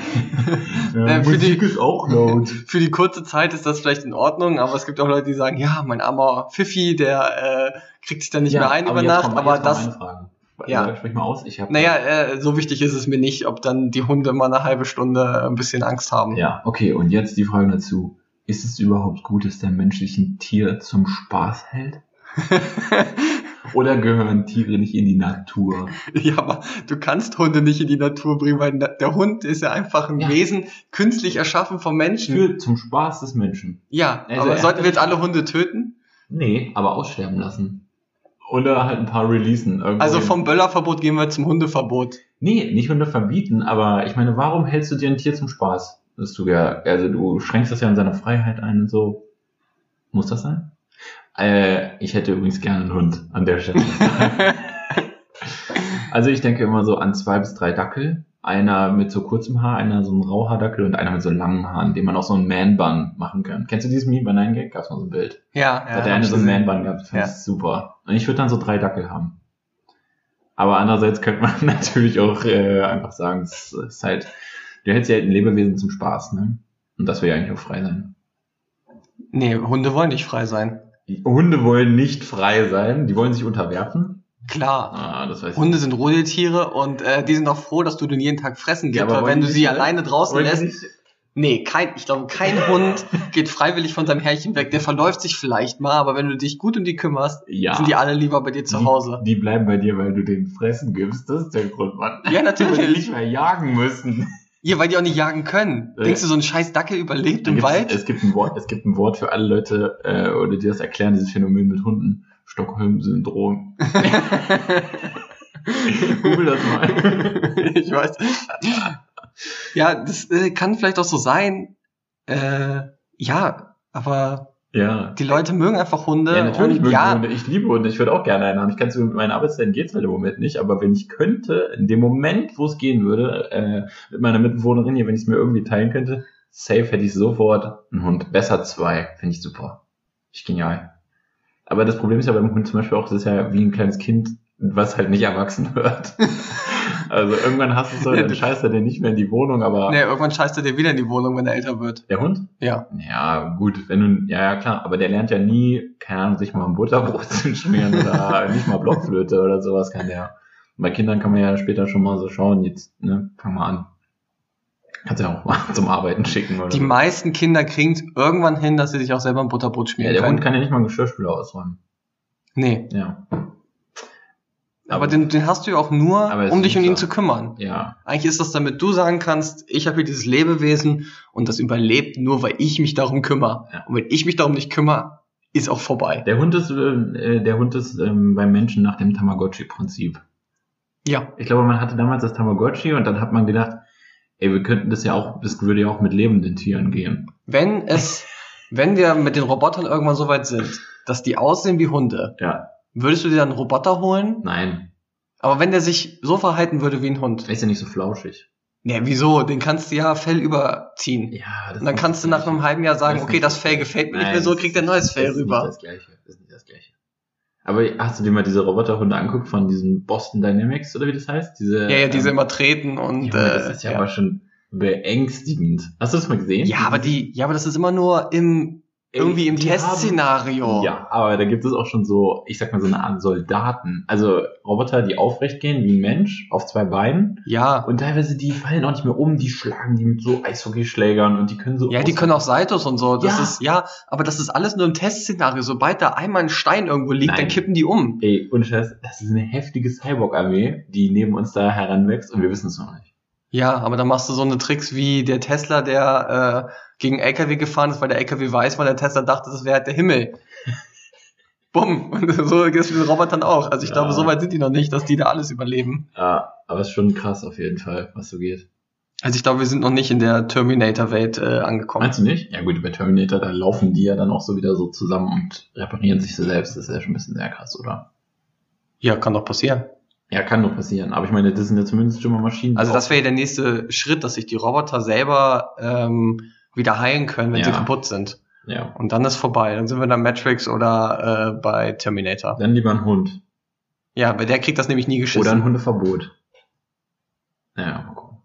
S4: Für,
S5: äh,
S4: für die-
S5: ist auch laut.
S4: für die kurze Zeit ist das vielleicht in Ordnung, aber es gibt auch Leute, die sagen, ja, mein armer Pfiffi, der äh, kriegt sich dann nicht mehr ein über Nacht, aber das... Ja.
S5: Ja. Sprich mal aus. Ich hab,
S4: Naja, äh, so wichtig ist es mir nicht, ob dann die Hunde mal eine halbe Stunde ein bisschen Angst haben.
S5: Ja, okay, und jetzt die Frage dazu. Ist es überhaupt gut, dass der menschlichen Tier zum Spaß hält? Oder gehören Tiere nicht in die Natur?
S4: Ja, aber du kannst Hunde nicht in die Natur bringen, weil na- der Hund ist ja einfach ein
S5: Ja.
S4: Wesen, künstlich erschaffen vom Menschen.
S5: Für zum Spaß des Menschen.
S4: ja,
S5: Also
S4: aber
S5: er-
S4: sollten wir jetzt alle Hunde töten?
S5: Nee. Aber aussterben lassen. Oder halt ein paar releasen. Irgendwo
S4: Also
S5: hin.
S4: vom Böllerverbot gehen wir zum Hundeverbot.
S5: Nee, nicht unter verbieten, aber ich meine, warum hältst du dir ein Tier zum Spaß? Das du ja, also du schränkst das ja in seiner Freiheit ein und so. Muss das sein? Äh, ich hätte übrigens gerne einen Hund an der Stelle. also ich denke immer so an zwei bis drei Dackel. Einer mit so kurzem Haar, einer so ein Rauhaardackel und einer mit so langen Haaren, den man auch so einen Man-Bun machen kann. Kennst du dieses Meme bei Nine Gag? Gab's mal so ein Bild.
S4: Ja,
S5: Da hat der eine so einen Man-Bun gehabt. Fand
S4: Ja.
S5: ich super. Und ich würde dann so drei Dackel haben. Aber andererseits könnte man natürlich auch äh, einfach sagen, es ist halt, du hättest ja halt ein Lebewesen zum Spaß, ne? Und das will ja eigentlich auch frei sein.
S4: Nee, Hunde wollen nicht frei sein.
S5: Die Hunde wollen nicht frei sein, die wollen sich unterwerfen.
S4: Klar.
S5: Ah, das weiß ich.
S4: Hunde sind Rudeltiere und äh, die sind auch froh, dass du den jeden Tag fressen gibst,
S5: Ja, aber
S4: weil
S5: wollen
S4: wenn
S5: die
S4: du sie
S5: nicht,
S4: alleine draußen
S5: Wollen die
S4: lässt.
S5: nicht-
S4: Nee, kein, ich glaube, kein Hund geht freiwillig von seinem Herrchen weg. Der verläuft sich vielleicht mal, aber wenn du dich gut um die kümmerst,
S5: Ja. Mhm.
S4: sind die alle lieber bei dir zu Hause.
S5: Die, die bleiben bei dir, weil du denen fressen gibst. Das ist der Grund, Mann.
S4: Ja,
S5: Damit die
S4: natürlich.
S5: nicht mehr jagen müssen.
S4: Ja, weil die auch nicht jagen können.
S5: Äh.
S4: Denkst du, so ein scheiß Dackel überlebt
S5: Da
S4: im
S5: gibt's-
S4: Wald?
S5: Es gibt ein Wort, es gibt ein Wort für alle Leute, äh, oder die das erklären, dieses Phänomen mit Hunden. Stockholm-Syndrom. Google das mal.
S4: ich weiß. Ja, das äh, kann vielleicht auch so sein. Äh, ja, aber
S5: Ja.
S4: Die Leute mögen einfach Hunde.
S5: Ja, natürlich
S4: und
S5: mögen
S4: ja,
S5: Hunde. Ich liebe Hunde. Ich würde auch gerne einen haben. Ich kann es mit meinen Arbeitszeiten geht's halt im Moment nicht, aber wenn ich könnte, in dem Moment, wo es gehen würde, äh, mit meiner Mitbewohnerin hier, wenn ich es mir irgendwie teilen könnte, safe hätte ich sofort einen Hund. Besser zwei. Finde ich super. Ich genial. Aber das Problem ist ja beim Hund zum Beispiel auch, das ist ja wie ein kleines Kind, was halt nicht erwachsen wird. also irgendwann hast du es so,
S4: Ja,
S5: dann
S4: das-
S5: scheißt er dir nicht mehr in die Wohnung, aber
S4: Nee, ne, irgendwann scheißt er dir wieder in die Wohnung, wenn er älter wird.
S5: der Hund?
S4: Ja.
S5: Ja, gut, wenn du, ja, ja, klar, aber der lernt ja nie, keine Ahnung, sich mal ein Butterbrot zu schmieren oder nicht mal Blockflöte oder sowas kann der. Und bei Kindern kann man ja später schon mal so schauen, jetzt, ne, fang mal an. Kannst ja auch mal zum Arbeiten schicken oder
S4: Die
S5: so.
S4: meisten Kinder kriegen es irgendwann hin, dass sie sich auch selber ein Butterbrot
S5: Ja,
S4: schmieren
S5: der
S4: können.
S5: Hund kann ja nicht mal einen Geschirrspüler ausräumen.
S4: nee.
S5: Ja.
S4: Aber den, den hast du ja auch nur,
S5: Aber es
S4: um
S5: ist
S4: dich um
S5: nicht
S4: ihn
S5: so.
S4: zu kümmern.
S5: Ja,
S4: Eigentlich ist das, damit du sagen kannst, ich habe hier dieses Lebewesen und das überlebt nur, weil ich mich darum kümmere.
S5: Ja.
S4: Und wenn ich mich darum nicht kümmere, ist auch vorbei.
S5: der Hund ist, äh, äh, der Hund ist ähm, beim Menschen nach dem Tamagotchi-Prinzip.
S4: Ja,
S5: Ich glaube, man hatte damals das Tamagotchi und dann hat man gedacht, ey, wir könnten das ja auch, das würde ja auch mit lebenden Tieren gehen.
S4: wenn es, wenn wir mit den Robotern irgendwann so weit sind, dass die aussehen wie Hunde,
S5: Ja.
S4: würdest du dir dann einen Roboter holen?
S5: Nein,
S4: Aber wenn der sich so verhalten würde wie ein Hund,
S5: Der ist ja nicht so flauschig.
S4: ne, wieso? Den kannst du ja Fell überziehen.
S5: Ja, das
S4: Und dann kannst du nach einem halben Jahr sagen, okay, das Fell gefällt mir nicht mehr so, kriegt er ein neues Fell
S5: ist Nicht
S4: rüber.
S5: das gleiche. Ist nicht das gleiche. Aber hast du dir mal diese Roboterhunde anguckt von diesem Boston Dynamics oder wie das heißt? Diese,
S4: Ja, ja, diese
S5: ähm,
S4: immer treten und
S5: Junge,
S4: äh,
S5: das ist ja, aber schon beängstigend. Hast du das mal gesehen?
S4: Ja, aber die, ja, aber das ist immer nur im, irgendwie im
S5: Die
S4: Testszenario.
S5: Haben, ja, aber da gibt es auch schon so, ich sag mal so eine Art Soldaten. Also Roboter, die aufrecht gehen wie ein Mensch auf zwei Beinen.
S4: Ja.
S5: Und teilweise, die fallen auch nicht mehr um, die schlagen die mit so Eishockeyschlägern und die können so.
S4: Ja, die können auch Seitos und so. Das
S5: Ja.
S4: ist, ja, aber das ist alles nur im Testszenario. Sobald da einmal ein Stein irgendwo liegt,
S5: Nein.
S4: dann kippen die um.
S5: Ey, und Scheiß, das ist eine heftige Cyborg-Armee, die neben uns da heranwächst und wir wissen es noch nicht.
S4: Ja, aber dann machst du so eine Tricks wie der Tesla, der äh, gegen LKW gefahren ist, weil der LKW weiß, weil der Tesla dachte, das wäre halt der Himmel. Bumm. Und so geht es mit den Robotern auch. Also ich
S5: Ja.
S4: glaube, so weit sind die noch nicht, dass die da alles überleben.
S5: Ja, aber es ist schon krass auf jeden Fall, was so geht.
S4: Also ich glaube, wir sind noch nicht in der Terminator-Welt äh, angekommen.
S5: Meinst du nicht? Ja gut, bei Terminator, da laufen die ja dann auch so wieder so zusammen und reparieren sich so selbst. Das ist ja schon ein bisschen sehr krass, oder?
S4: Ja, kann doch passieren.
S5: Ja, kann nur passieren. Aber ich meine, das sind ja zumindest schon mal Maschinen. die
S4: Also
S5: auch-
S4: das wäre ja der nächste Schritt, dass sich die Roboter selber ähm, wieder heilen können, wenn sie
S5: Ja.
S4: kaputt sind.
S5: Ja,
S4: Und dann ist vorbei. Dann sind wir in der Matrix oder äh, bei Terminator.
S5: dann lieber ein Hund.
S4: Ja, bei der kriegt das nämlich nie geschissen.
S5: Oder ein Hundeverbot. Ja, mal gucken.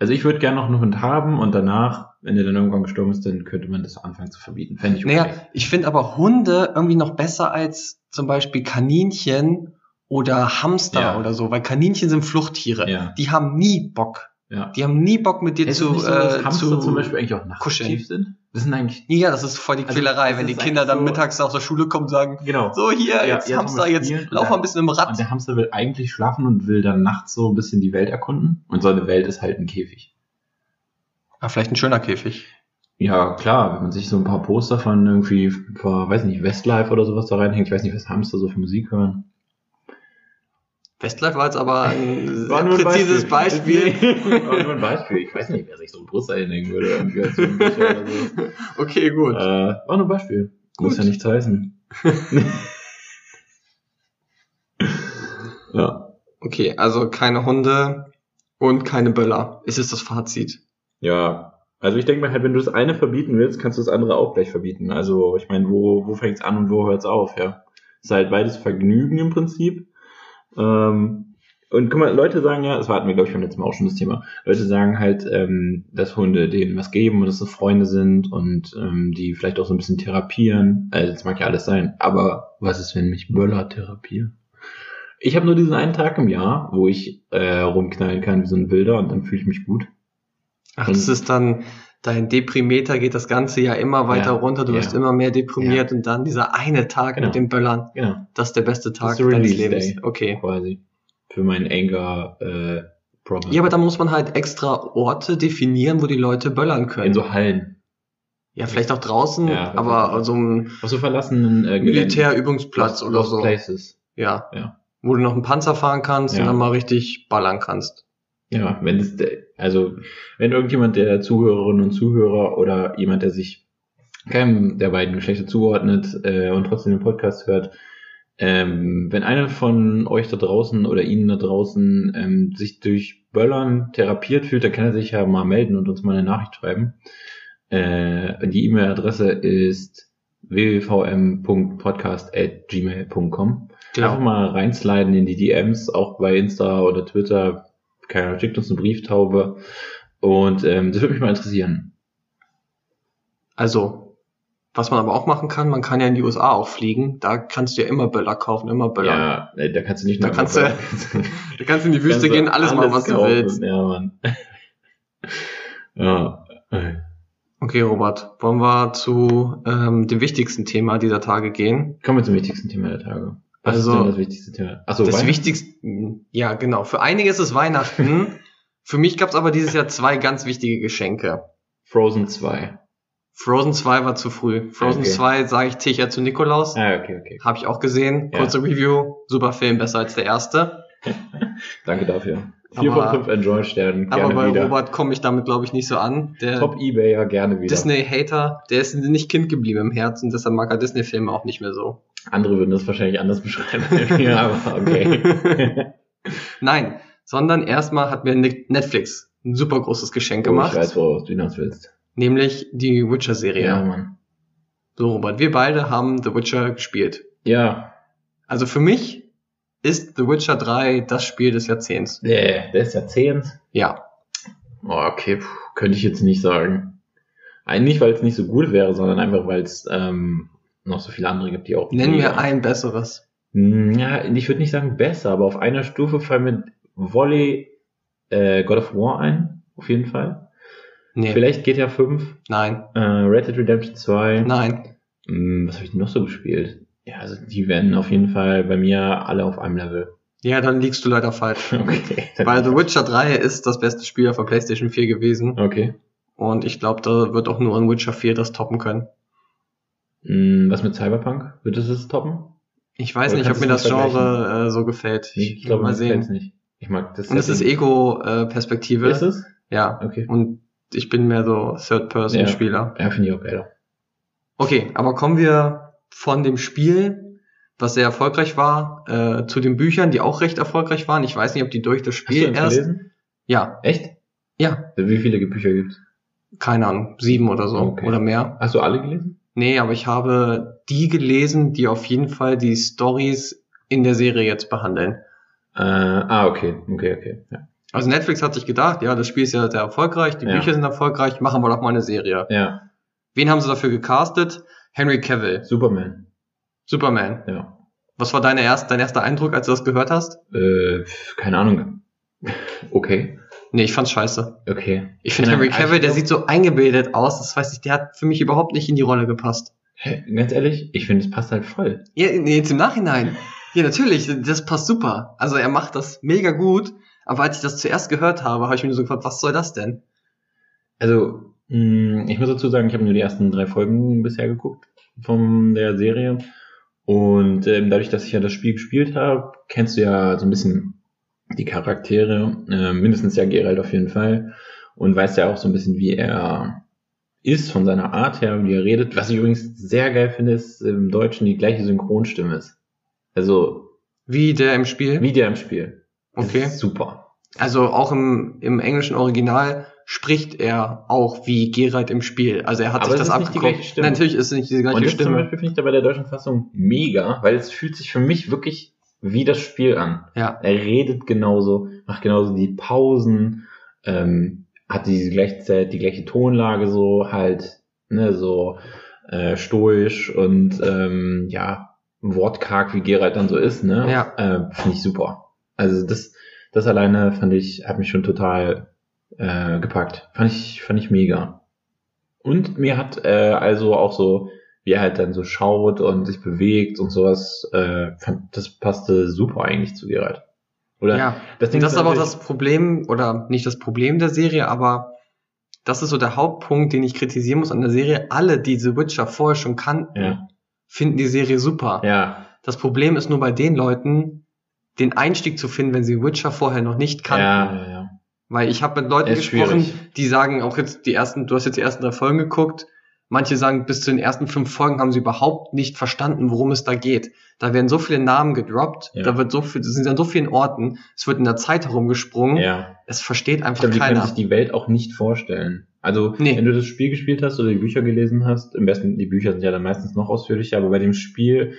S5: Also ich würde gerne noch einen Hund haben und danach, wenn der dann irgendwann gestorben ist, dann könnte man das anfangen zu verbieten. Fände ich okay.
S4: naja, ich finde aber Hunde irgendwie noch besser als zum Beispiel Kaninchen oder Hamster
S5: Ja.
S4: oder so, weil Kaninchen sind Fluchttiere.
S5: Ja.
S4: Die haben nie Bock.
S5: ja.
S4: Die haben nie Bock mit dir
S5: Ist es
S4: zu,
S5: nicht so, dass
S4: äh,
S5: Hamster
S4: zu
S5: zum Beispiel eigentlich auch
S4: kuscheln.
S5: nachtaktiv sind? Das sind eigentlich
S4: Ja, das ist voll die
S5: Also,
S4: Quälerei,
S5: das
S4: wenn die
S5: ist
S4: Kinder
S5: eigentlich
S4: dann
S5: so-
S4: mittags aus der Schule kommen und sagen,
S5: genau.
S4: so hier,
S5: Ja,
S4: jetzt
S5: jetzt
S4: Hamster,
S5: wollen wir
S4: jetzt
S5: spielen.
S4: lauf mal ein bisschen im Rad.
S5: Und der Hamster will eigentlich schlafen und will dann nachts so ein bisschen die Welt erkunden und seine Welt ist halt ein Käfig.
S4: Ah, vielleicht ein schöner Käfig.
S5: Ja, klar, wenn man sich so ein paar Poster von irgendwie, von, weiß nicht, Westlife oder sowas da reinhängt, ich weiß nicht, was Hamster so für Musik hören.
S4: Westlife war jetzt aber ein
S5: War
S4: sehr
S5: nur ein
S4: präzises Beispiel.
S5: Aber nur ein Beispiel. Ich weiß nicht, wer sich so ein Poster hinhängen würde. irgendwie als Jugendlicher oder so.
S4: Okay, gut.
S5: äh, war nur ein Beispiel. Muss
S4: Gut.
S5: ja nichts heißen. ja.
S4: Okay, also keine Hunde und keine Böller. Ist es das Fazit?
S5: Ja, also ich denke mal halt, wenn du das eine verbieten willst, kannst du das andere auch gleich verbieten. Also ich meine, wo, wo fängt's an und wo hört's auf, ja. Ist halt beides Vergnügen im Prinzip. Ähm, und guck mal, Leute sagen ja, das hatten wir, glaube ich, beim letzten Mal auch schon das Thema, Leute sagen halt, ähm, dass Hunde denen was geben und dass es Freunde sind und ähm, die vielleicht auch so ein bisschen therapieren. Also das mag ja alles sein, aber was ist, wenn mich Böller therapieren? Ich habe nur diesen einen Tag im Jahr, wo ich äh, rumknallen kann wie so ein Wilder und dann fühle ich mich gut.
S4: Ach, das ist dann, dein Deprimeter geht das ganze Jahr immer weiter
S5: Ja,
S4: runter, du
S5: ja.
S4: wirst immer mehr deprimiert und dann dieser eine Tag
S5: Genau.
S4: mit den Böllern,
S5: Genau.
S4: das ist der beste
S5: Das
S4: Tag
S5: ist der
S4: deines
S5: Release
S4: Lebens.
S5: Day.
S4: Okay.
S5: quasi. Für mein Anger äh, Problem.
S4: Ja, aber da muss man halt extra Orte definieren, wo die Leute böllern
S5: in
S4: können.
S5: so Hallen.
S4: ja, vielleicht auch draußen,
S5: Ja.
S4: aber so ein
S5: Auf so verlassenen äh,
S4: Militärübungsplatz
S5: Lost-
S4: oder
S5: Lost
S4: so.
S5: Places.
S4: Ja.
S5: Ja.
S4: Wo du noch einen Panzer fahren kannst
S5: Ja.
S4: und dann mal richtig ballern kannst.
S5: Ja, wenn es, also wenn irgendjemand der Zuhörerinnen und Zuhörer oder jemand, der sich keinem der beiden Geschlechter zugeordnet äh, und trotzdem den Podcast hört. Ähm, wenn einer von euch da draußen oder Ihnen da draußen ähm, sich durch Böllern therapiert fühlt, dann kann er sich ja mal melden und uns mal eine Nachricht schreiben. Äh, die E-Mail-Adresse ist www.vm.podcast.gmail.com. Einfach
S4: Genau.
S5: mal reinsliden in die DMs, auch bei Insta oder Twitter. Keine Ahnung, schickt uns eine Brieftaube. Und ähm, das würde mich mal interessieren.
S4: Also, was man aber auch machen kann, man kann ja in die USA auch fliegen. Da kannst du ja immer Böller kaufen, immer Böller.
S5: Ja, äh, da kannst du nicht
S4: Da
S5: nur
S4: kannst
S5: einmal-
S4: Du kannst in die Wüste
S5: Kannst du
S4: gehen, alles, machen, was du
S5: kaufen.
S4: willst.
S5: Ja, Mann. ja. äh,
S4: Okay, Robert, wollen wir zu ähm, dem wichtigsten Thema dieser Tage gehen?
S5: Kommen wir zum wichtigsten Thema der Tage. Was
S4: Also,
S5: ist denn das wichtigste Thema? Achso,
S4: das
S5: Weihnachten?
S4: wichtigste, ja genau, für einige ist es Weihnachten. Für mich gab es aber dieses Jahr zwei ganz wichtige Geschenke.
S5: Frozen 2.
S4: Frozen 2 war zu früh. Frozen
S5: Okay.
S4: 2 sage ich sicher zu Nikolaus.
S5: Ah, okay, okay.
S4: Habe ich auch gesehen.
S5: Ja.
S4: Kurze Review. Super Film, besser als der erste.
S5: Danke dafür. 4
S4: Aber-
S5: von 5 Enjoy-Sternen.
S4: Aber
S5: Gerne
S4: bei
S5: wieder.
S4: Robert komme ich damit, glaube ich, nicht so an. Der
S5: Top-Ebayer, gerne wieder.
S4: Disney-Hater, der ist nicht Kind geblieben im Herzen, deshalb mag er Disney-Filme auch nicht mehr so.
S5: Andere würden das wahrscheinlich anders beschreiben. ja, aber okay.
S4: Nein, sondern erstmal hat mir Nick- Netflix ein super großes Geschenk
S5: Oh, ich weiß,
S4: gemacht,
S5: worauf du hinaus willst.
S4: nämlich die Witcher-Serie.
S5: Mann.
S4: So, Robert, wir beide haben The Witcher gespielt.
S5: Ja,
S4: Also für mich ist The Witcher 3 das Spiel des Jahrzehnts.
S5: der, der ist Jahrzehnt.
S4: Ja,
S5: Oh, okay, puh, könnte ich jetzt nicht sagen. Eigentlich, nicht, weil es nicht so gut wäre, sondern einfach, weil es ähm, noch so viele andere gibt, die auch.
S4: nenn mir
S5: einen.
S4: ein besseres.
S5: Ja, ich würde nicht sagen besser, aber auf einer Stufe fallen mir Volley äh, God of War ein, auf jeden Fall.
S4: Nee,
S5: Vielleicht GTA 5,
S4: nein,
S5: äh, Red Dead Redemption 2.
S4: nein.
S5: Hm, was habe ich denn noch so gespielt? Ja, also die werden auf jeden Fall bei mir alle auf einem Level.
S4: Ja, dann liegst du leider falsch.
S5: Okay.
S4: Weil The Witcher 3 ist das beste Spiel auf der PlayStation 4 gewesen.
S5: Okay.
S4: Und ich glaube, da wird auch nur ein Witcher 4 das toppen können.
S5: Hm, was mit Cyberpunk? Wird das es toppen?
S4: Ich weiß
S5: Oder
S4: nicht, ob
S5: kannst
S4: mir
S5: du es
S4: das
S5: nicht
S4: Genre äh, so gefällt.
S5: Nee, ich glaube,
S4: mal
S5: man
S4: sehen.
S5: kennt's nicht. Ich mag das.
S4: Und es ist
S5: Setting.
S4: Ego-Perspektive.
S5: Ist es?
S4: ja.
S5: Okay.
S4: Und ich bin mehr so Third-Person-Spieler.
S5: Ja, finde ich auch geiler.
S4: Okay, aber kommen wir von dem Spiel, was sehr erfolgreich war, äh, zu den Büchern, die auch recht erfolgreich waren. Ich weiß nicht, ob die durch das
S5: Hast du
S4: Spiel
S5: eins
S4: erst.
S5: gelesen?
S4: Ja,
S5: Echt?
S4: ja,
S5: Wie viele Bücher gibt's?
S4: keine Ahnung, sieben oder so
S5: Okay.
S4: oder mehr.
S5: Hast du alle gelesen?
S4: Nee, aber ich habe die gelesen, die auf jeden Fall die Stories in der Serie jetzt behandeln.
S5: Äh, ah, okay, okay, okay. Ja.
S4: Also Netflix hat sich gedacht, ja, das Spiel ist ja sehr erfolgreich, die
S5: Ja.
S4: Bücher sind erfolgreich, machen wir doch mal eine Serie.
S5: ja,
S4: Wen haben sie dafür gecastet? Henry Cavill,
S5: Superman.
S4: Superman.
S5: Ja.
S4: Was war deine erst, dein erster Eindruck, als du das gehört hast?
S5: Äh, keine Ahnung. Okay,
S4: Nee, ich fand's scheiße.
S5: okay.
S4: Ich finde
S5: Keine
S4: Henry
S5: Ahnung,
S4: Cavill, der
S5: ich
S4: sieht so eingebildet aus, das weiß ich, der hat für mich überhaupt nicht in die Rolle gepasst.
S5: Hä, ganz ehrlich, ich finde, es passt halt voll.
S4: Ja, nee, jetzt im Nachhinein. Ja, natürlich, das passt super. Also er macht das mega gut, aber als ich das zuerst gehört habe, habe ich mir so gefragt, was soll das denn?
S5: Also, mh, ich muss dazu sagen, ich habe nur die ersten drei Folgen bisher geguckt von der Serie. Und ähm, dadurch, dass ich ja das Spiel gespielt habe, kennst du ja so ein bisschen die Charaktere, äh, mindestens ja Geralt auf jeden Fall. Und weißt ja auch so ein bisschen, wie er ist von seiner Art her, wie er redet. Was ich übrigens sehr geil finde, ist im Deutschen die gleiche Synchronstimme ist. Also,
S4: Wie der im Spiel?
S5: wie der im Spiel. Das
S4: Okay.
S5: Ist super.
S4: Also auch im, im englischen Original spricht er auch wie Geralt im Spiel. Also er hat
S5: Aber
S4: sich
S5: es
S4: das
S5: ist nicht die
S4: abgeguckt.
S5: gleiche Stimme.
S4: Nein, natürlich ist es nicht die
S5: Und
S4: gleiche
S5: das zum
S4: Stimme.
S5: Beispiel finde ich da bei der deutschen Fassung mega, weil es fühlt sich für mich wirklich wie das Spiel an.
S4: Ja.
S5: Er redet genauso, macht genauso die Pausen, ähm, hat die gleiche, die gleiche Tonlage so halt, ne, so äh, stoisch und ähm, ja, wortkarg, wie Gerald dann so ist, ne?
S4: Ja.
S5: Äh, finde ich super. Also das, das alleine fand ich, hat mich schon total äh, gepackt. Fand ich, fand ich mega. Und mir hat äh, also auch so, wie er halt dann so schaut und sich bewegt und sowas, äh, fand, das passte super eigentlich zu Geralt. Oder?
S4: ja.
S5: Das,
S4: Und das ist aber auch
S5: natürlich-
S4: das Problem, oder nicht das Problem der Serie, aber das ist so der Hauptpunkt, den ich kritisieren muss an der Serie. Alle, die The Witcher vorher schon kannten,
S5: Ja.
S4: finden die Serie super.
S5: Ja,
S4: Das Problem ist nur bei den Leuten, den Einstieg zu finden, wenn sie Witcher vorher noch nicht kannten.
S5: ja, ja, ja.
S4: Weil ich habe mit Leuten
S5: Ist
S4: gesprochen,
S5: schwierig.
S4: die sagen auch jetzt die ersten, du hast jetzt die ersten drei Folgen geguckt Manche sagen, bis zu den ersten fünf Folgen haben sie überhaupt nicht verstanden, worum es da geht. Da werden so viele Namen gedroppt,
S5: Ja.
S4: da wird so viel, sind an so vielen Orten, es wird in der Zeit herumgesprungen,
S5: Ja.
S4: es versteht
S5: Ich
S4: einfach
S5: glaube, Also die können sich
S4: keiner.
S5: die Welt auch nicht vorstellen. Also,
S4: Nee.
S5: wenn du das Spiel gespielt hast oder die Bücher gelesen hast, im besten, die Bücher sind ja dann meistens noch ausführlicher, aber bei dem Spiel,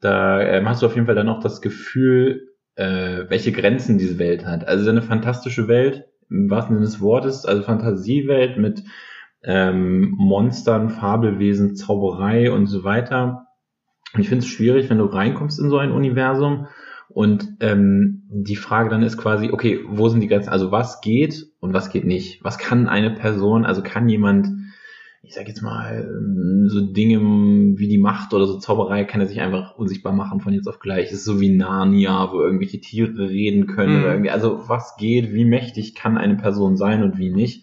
S5: da ähm, hast du auf jeden Fall dann auch das Gefühl, äh, welche Grenzen diese Welt hat. Also, so eine fantastische Welt, im wahrsten Sinne des Wortes, also Fantasiewelt mit ähm, Monstern, Fabelwesen, Zauberei und so weiter. Und ich finde es schwierig, wenn du reinkommst in so ein Universum und ähm, die Frage dann ist quasi, okay, wo sind die Grenzen? Also was geht und was geht nicht? Was kann eine Person, also kann jemand, ich sag jetzt mal, ähm, so Dinge wie die Macht oder so Zauberei, kann er sich einfach unsichtbar machen von jetzt auf gleich. Es ist so wie Narnia, wo irgendwelche Tiere reden können
S4: Mhm.
S5: oder irgendwie. Also was geht, wie mächtig kann eine Person sein und wie nicht?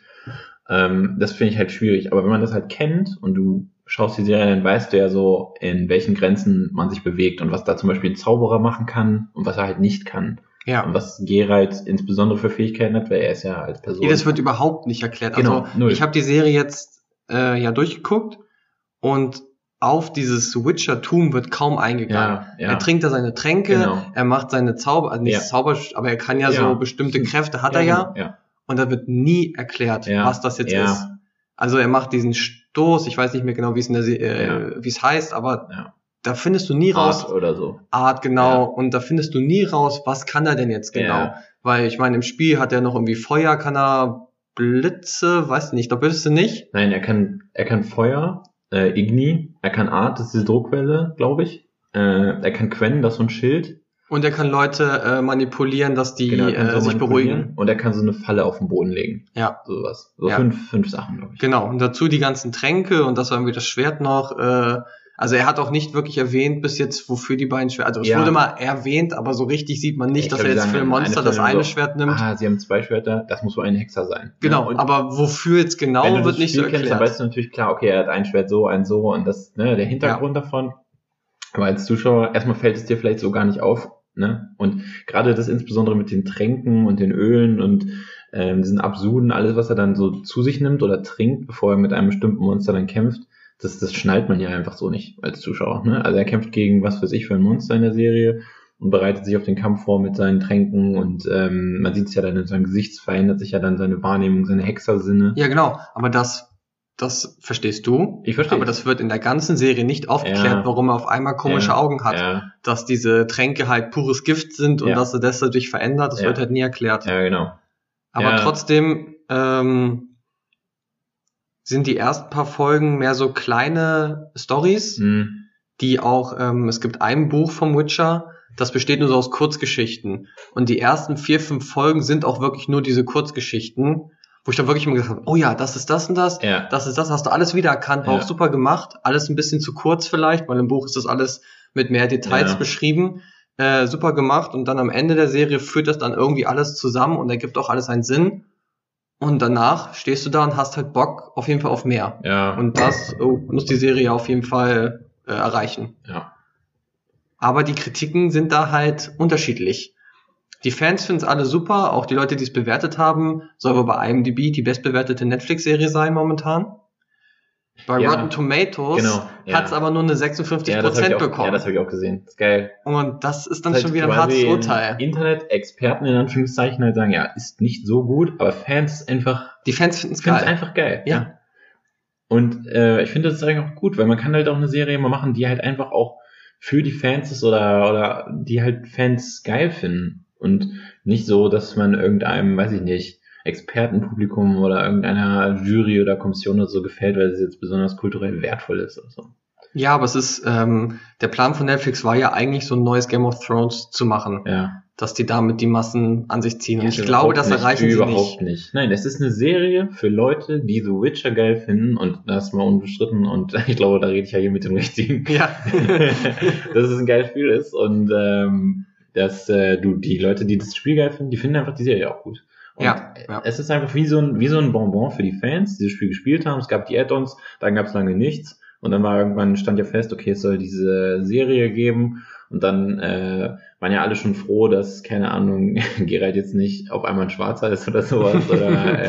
S5: Ähm, das finde ich halt schwierig. Aber wenn man das halt kennt und du schaust die Serie, dann weißt du ja so, in welchen Grenzen man sich bewegt und was da zum Beispiel ein Zauberer machen kann und was er halt nicht kann. Und
S4: Ja.
S5: was Geralt insbesondere für Fähigkeiten hat, weil er ist ja als Person.
S4: Nee, Das wird überhaupt nicht erklärt.
S5: Genau,
S4: also,
S5: null.
S4: ich habe die Serie jetzt äh, ja durchgeguckt und auf dieses Witcher-Tum wird kaum eingegangen.
S5: ja, ja.
S4: Er trinkt da seine Tränke,
S5: Genau.
S4: er macht seine Zauber, also nicht
S5: Ja.
S4: Zauber, aber er kann ja,
S5: Ja.
S4: so bestimmte Kräfte, hat er ja.
S5: genau, ja.
S4: Und da wird nie erklärt,
S5: Ja.
S4: was das jetzt
S5: Ja.
S4: ist. Also er macht diesen Stoß, ich weiß nicht mehr genau, wie es in der Se- äh, wie es heißt, aber
S5: Ja.
S4: da findest du nie raus,
S5: Art oder so.
S4: Art genau,
S5: Ja.
S4: und da findest du nie raus, was kann er denn jetzt genau.
S5: Ja.
S4: Weil ich meine, im Spiel hat er noch irgendwie Feuer, kann er Blitze, weiß nicht, ich glaube Blitze nicht.
S5: Nein, er kann, er kann Feuer, äh, Igni, er kann Art, das ist diese Druckwelle, glaube ich. Äh, er kann Quen, das ist so ein Schild.
S4: Und er kann Leute äh, manipulieren, dass die
S5: Genau, er kann
S4: äh,
S5: so
S4: sich
S5: manipulieren.
S4: beruhigen.
S5: Und er kann so eine Falle auf den Boden legen.
S4: Ja.
S5: Sowas. So
S4: Ja.
S5: fünf, fünf Sachen, glaube ich.
S4: Genau, und dazu die ganzen Tränke und das war irgendwie das Schwert noch. Äh, also er hat auch nicht wirklich erwähnt bis jetzt, wofür die beiden Schwerter. Also es
S5: Ja.
S4: wurde mal erwähnt, aber so richtig sieht man nicht,
S5: Ich
S4: dass er
S5: glaub, die
S4: jetzt
S5: sagen
S4: für ein
S5: dann,
S4: Monster
S5: eine
S4: das
S5: von denen
S4: eine
S5: so,
S4: Schwert nimmt.
S5: Ah, sie haben zwei Schwerter, das muss wohl ein Hexer sein.
S4: genau,
S5: und
S4: aber wofür jetzt
S5: wenn du
S4: genau
S5: das
S4: wird nicht so
S5: Spiel kennst, dann
S4: erklärt.
S5: weißt du natürlich klar, okay, er hat ein Schwert so, ein so und das, ne, der Hintergrund davon. Aber als Zuschauer, erstmal fällt es dir vielleicht so gar nicht auf, ne? Und gerade das insbesondere mit den Tränken und den Ölen und ähm, diesen Absuden, alles, was er dann so zu sich nimmt oder trinkt, bevor er mit einem bestimmten Monster dann kämpft, das, das schnallt man ja einfach so nicht als Zuschauer. Ne? Also er kämpft gegen was weiß ich für ein Monster in der Serie und bereitet sich auf den Kampf vor mit seinen Tränken und ähm, man sieht es ja dann in seinem Gesicht, verändert sich ja dann seine Wahrnehmung, seine Hexersinne.
S4: Ja, genau, aber das, das verstehst du.
S5: Ich verstehe.
S4: Aber das wird in der ganzen Serie nicht aufgeklärt,
S5: Ja.
S4: warum er auf einmal komische
S5: Ja.
S4: Augen hat.
S5: Ja,
S4: Dass diese Tränke halt pures Gift sind und
S5: Ja.
S4: dass er das dadurch verändert, das
S5: Ja.
S4: wird halt nie erklärt.
S5: ja genau.
S4: Aber
S5: Ja.
S4: trotzdem ähm, sind die ersten paar Folgen mehr so kleine Stories,
S5: Hm.
S4: die auch, ähm, es gibt ein Buch vom Witcher, das besteht nur so aus Kurzgeschichten. Und die ersten vier, fünf Folgen sind auch wirklich nur diese Kurzgeschichten, wo ich dann wirklich immer gesagt habe, oh ja, das ist das und das,
S5: Ja,
S4: das ist das, hast du alles wiedererkannt, war
S5: Ja.
S4: auch super gemacht, alles ein bisschen zu kurz vielleicht, weil im Buch ist das alles mit mehr Details
S5: Ja.
S4: beschrieben, äh, super gemacht und dann am Ende der Serie führt das dann irgendwie alles zusammen und ergibt auch alles einen Sinn und danach stehst du da und hast halt Bock auf jeden Fall auf mehr
S5: ja.
S4: und das oh, muss die Serie auf jeden Fall äh, erreichen.
S5: ja.
S4: Aber die Kritiken sind da halt unterschiedlich. Die Fans finden es alle super, auch die Leute, die es bewertet haben, soll wohl bei IMDb die bestbewertete Netflix-Serie sein momentan. Bei
S5: Ja,
S4: Rotten Tomatoes
S5: genau, ja.
S4: hat es aber nur eine 56%
S5: ja, das hab ich auch,
S4: bekommen.
S5: Ja, das habe ich auch gesehen. Das ist geil.
S4: Und das ist dann
S5: Halt
S4: schon wieder ein hartes
S5: quasi
S4: Urteil.
S5: Internet-Experten in Anführungszeichen halt sagen, ja, ist nicht so gut, aber Fans einfach,
S4: Die Fans finden es
S5: find's
S4: geil.
S5: einfach geil.
S4: Ja.
S5: Und äh, ich finde das ist eigentlich auch gut, weil man kann halt auch eine Serie mal machen, die halt einfach auch für die Fans ist oder, oder die halt Fans geil finden. Und nicht so, dass man irgendeinem, weiß ich nicht, Expertenpublikum oder irgendeiner Jury oder Kommission oder so gefällt, weil es jetzt besonders kulturell wertvoll ist oder so.
S4: Ja, aber es ist, ähm, der Plan von Netflix war ja eigentlich, so ein neues Game of Thrones zu machen,
S5: Ja.
S4: dass die damit die Massen an sich ziehen. Und ich glaube, das
S5: Überhaupt
S4: erreichen
S5: nicht,
S4: sie nicht.
S5: überhaupt nicht. Nein, es ist eine Serie für Leute, die The Witcher geil finden und das mal unbestritten und ich glaube, da rede ich ja hier mit dem richtigen.
S4: Ja.
S5: dass es ein geiles Spiel ist und ähm, dass äh, du die Leute, die das Spiel geil finden, die finden einfach die Serie auch gut. Und
S4: Ja, ja.
S5: Es ist einfach wie so, ein, wie so ein Bonbon für die Fans, die das Spiel gespielt haben. Es gab die Add-ons, dann gab es lange nichts und dann war irgendwann stand ja fest, okay, es soll diese Serie geben Und dann äh, waren ja alle schon froh, dass, keine Ahnung, Gerald jetzt nicht auf einmal ein Schwarzer ist oder sowas. oder äh,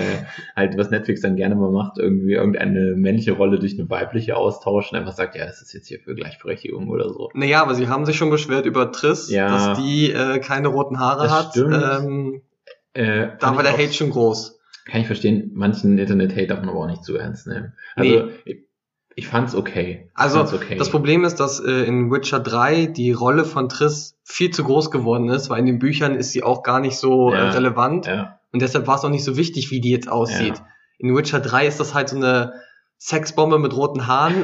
S5: halt, was Netflix dann gerne mal macht, irgendwie irgendeine männliche Rolle durch eine weibliche austauschen. Einfach sagt, ja, das ist jetzt hier für Gleichberechtigung oder so.
S6: Naja, aber sie haben sich schon beschwert über Triss,
S5: Ja.
S6: dass die äh, keine roten Haare
S5: Das
S6: hat.
S5: stimmt.
S6: Ähm,
S5: Äh,
S6: da
S5: fand
S6: war
S5: ich
S6: der
S5: auch-
S6: Hate schon groß.
S5: Kann ich verstehen, manchen Internet-Hate darf man aber auch nicht zu ernst nehmen. Also, ich, ich fand's okay. Ich
S6: Also,
S5: fand's okay.
S6: Das Problem ist, dass äh, in Witcher 3 die Rolle von Triss viel zu groß geworden ist, weil in den Büchern ist sie auch gar nicht so
S5: Ja.
S6: äh, relevant.
S5: Ja,
S6: Und deshalb war es auch nicht so wichtig, wie die jetzt aussieht.
S5: Ja.
S6: In Witcher 3 ist das halt so eine Sexbombe mit roten Haaren.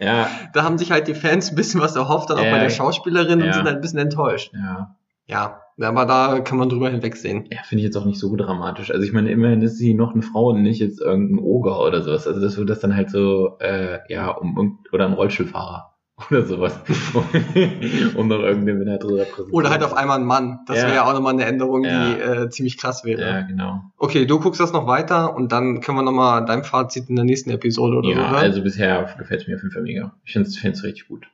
S5: ja,
S6: Da haben sich halt die Fans ein bisschen was erhofft, dann auch
S5: Ja.
S6: bei der Schauspielerin
S5: Ja.
S6: und sind halt ein bisschen enttäuscht.
S5: ja.
S6: Ja, aber da kann man drüber hinwegsehen.
S5: ja finde ich jetzt auch nicht so dramatisch. Also, ich meine, immerhin ist sie noch eine Frau und nicht jetzt irgendein Oger oder sowas. Also, das wird das dann halt so, äh, ja, um, irgend- oder ein Rollstuhlfahrer oder sowas. um noch irgendeine Minderheit zu repräsentieren.
S6: Oder halt auf einmal ein Mann. Das
S5: Ja.
S6: wäre ja auch nochmal eine Änderung,
S5: Ja.
S6: die äh, ziemlich krass wäre.
S5: Ja, genau.
S6: Okay, du guckst das noch weiter und dann können wir nochmal dein Fazit in der nächsten Episode oder so
S5: Ja,
S6: hören.
S5: also bisher gefällt es mir auf jeden Fall mega. Ich finde es richtig gut.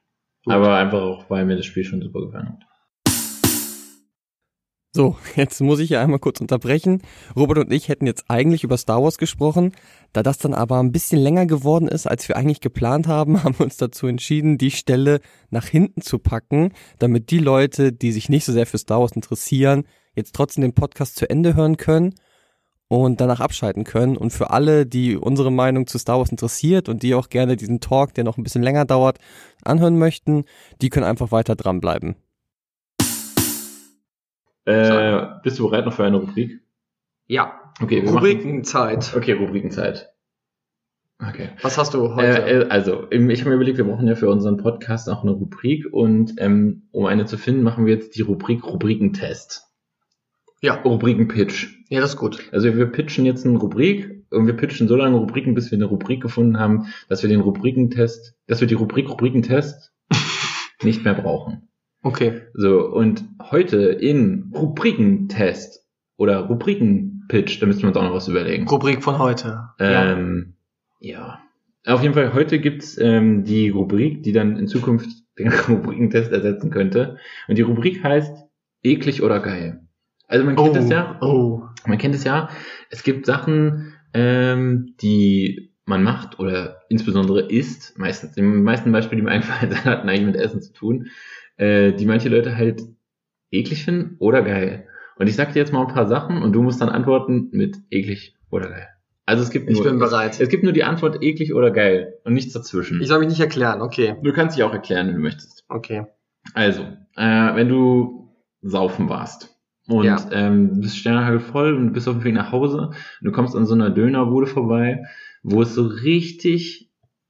S6: Gut.
S5: Aber einfach auch, weil mir das Spiel schon super gefallen hat.
S4: So, jetzt muss ich hier einmal kurz unterbrechen. Robert und ich hätten jetzt eigentlich über Star Wars gesprochen. Da das dann aber ein bisschen länger geworden ist, als wir eigentlich geplant haben, haben wir uns dazu entschieden, die Stelle nach hinten zu packen, damit die Leute, die sich nicht so sehr für Star Wars interessieren, jetzt trotzdem den Podcast zu Ende hören können und danach abschalten können. Und für alle, die unsere Meinung zu Star Wars interessiert und die auch gerne diesen Talk, der noch ein bisschen länger dauert, anhören möchten, die können einfach weiter dranbleiben.
S5: Äh, bist du bereit noch für eine Rubrik?
S6: ja,
S5: Okay, wir machen.
S6: Rubrikenzeit.
S5: Okay, Rubrikenzeit. Okay.
S6: Was hast du heute?
S5: Äh, äh, also, ähm, ich habe mir überlegt, wir brauchen ja für unseren Podcast auch eine Rubrik und ähm, um eine zu finden, machen wir jetzt die Rubrik Rubrikentest.
S6: Ja.
S5: Rubrikenpitch.
S6: ja, das ist gut.
S5: Also wir pitchen jetzt eine Rubrik und wir pitchen so lange Rubriken, bis wir eine Rubrik gefunden haben, dass wir den Rubrikentest, dass wir die Rubrik Rubrikentest nicht mehr brauchen.
S6: Okay.
S5: So, und heute in Rubrikentest oder Rubrikenpitch, da müssen wir uns auch noch was überlegen.
S6: Rubrik von heute. ja.
S5: ähm, ja. Auf jeden Fall, heute gibt's ähm, die Rubrik, die dann in Zukunft den Rubrikentest ersetzen könnte. Und die Rubrik heißt eklig oder geil. Also man kennt
S6: Oh,
S5: das ja,
S6: oh.
S5: man kennt es ja, es gibt Sachen, ähm, die man macht oder insbesondere isst, meistens, im meisten Beispiel, die mir einfallen, hatten eigentlich mit Essen zu tun, äh, die manche Leute halt eklig finden oder geil. Und ich sag dir jetzt mal ein paar Sachen und du musst dann antworten mit eklig oder geil. Also es gibt
S6: Ich
S5: nur,
S6: bin bereit.
S5: es gibt nur die Antwort eklig oder geil und nichts dazwischen.
S6: Ich soll mich nicht erklären. Okay,
S5: du kannst dich auch erklären, wenn du möchtest.
S6: okay.
S5: Also, äh, wenn du saufen warst und
S6: Ja.
S5: ähm, du bist sternhagel voll und du bist auf dem Weg nach Hause und du kommst an so einer Dönerbude vorbei, wo es so richtig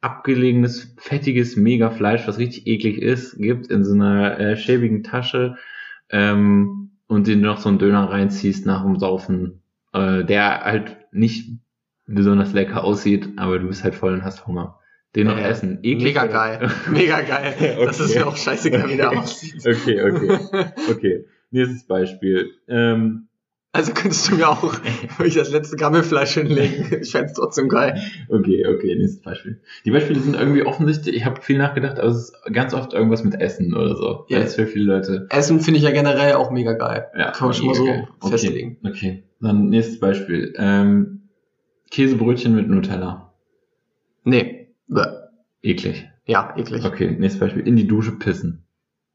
S5: abgelegenes, fettiges Mega-Fleisch, was richtig eklig ist, gibt in so einer äh, schäbigen Tasche ähm, und den du noch so einen Döner reinziehst nach dem Saufen, äh, der halt nicht besonders lecker aussieht, aber du bist halt voll und hast Hunger. Den noch
S6: Ja,
S5: essen.
S6: Mega
S5: oder-
S6: geil. Mega geil. Das ist
S5: Okay.
S6: mir auch scheißegal, wie der aussieht.
S5: Okay, okay. Okay. Nächstes Beispiel. Ähm,
S6: Also könntest du mir auch würde ich das letzte Gammelfleisch hinlegen. Ich fänd's trotzdem geil.
S5: okay, okay, nächstes Beispiel. Die Beispiele sind irgendwie offensichtlich, ich habe viel nachgedacht, aber es ist ganz oft irgendwas mit Essen oder so.
S6: Ja.
S5: Ja. Das ist für viele Leute.
S6: Essen finde ich ja generell auch mega geil.
S5: Ja,
S6: Kann man schon mal so
S5: okay.
S6: festlegen.
S5: Okay. okay. Dann nächstes Beispiel. Ähm, Käsebrötchen mit Nutella.
S6: Nee. Bäh.
S5: Eklig.
S6: Ja, eklig.
S5: Okay, nächstes Beispiel. In die Dusche pissen.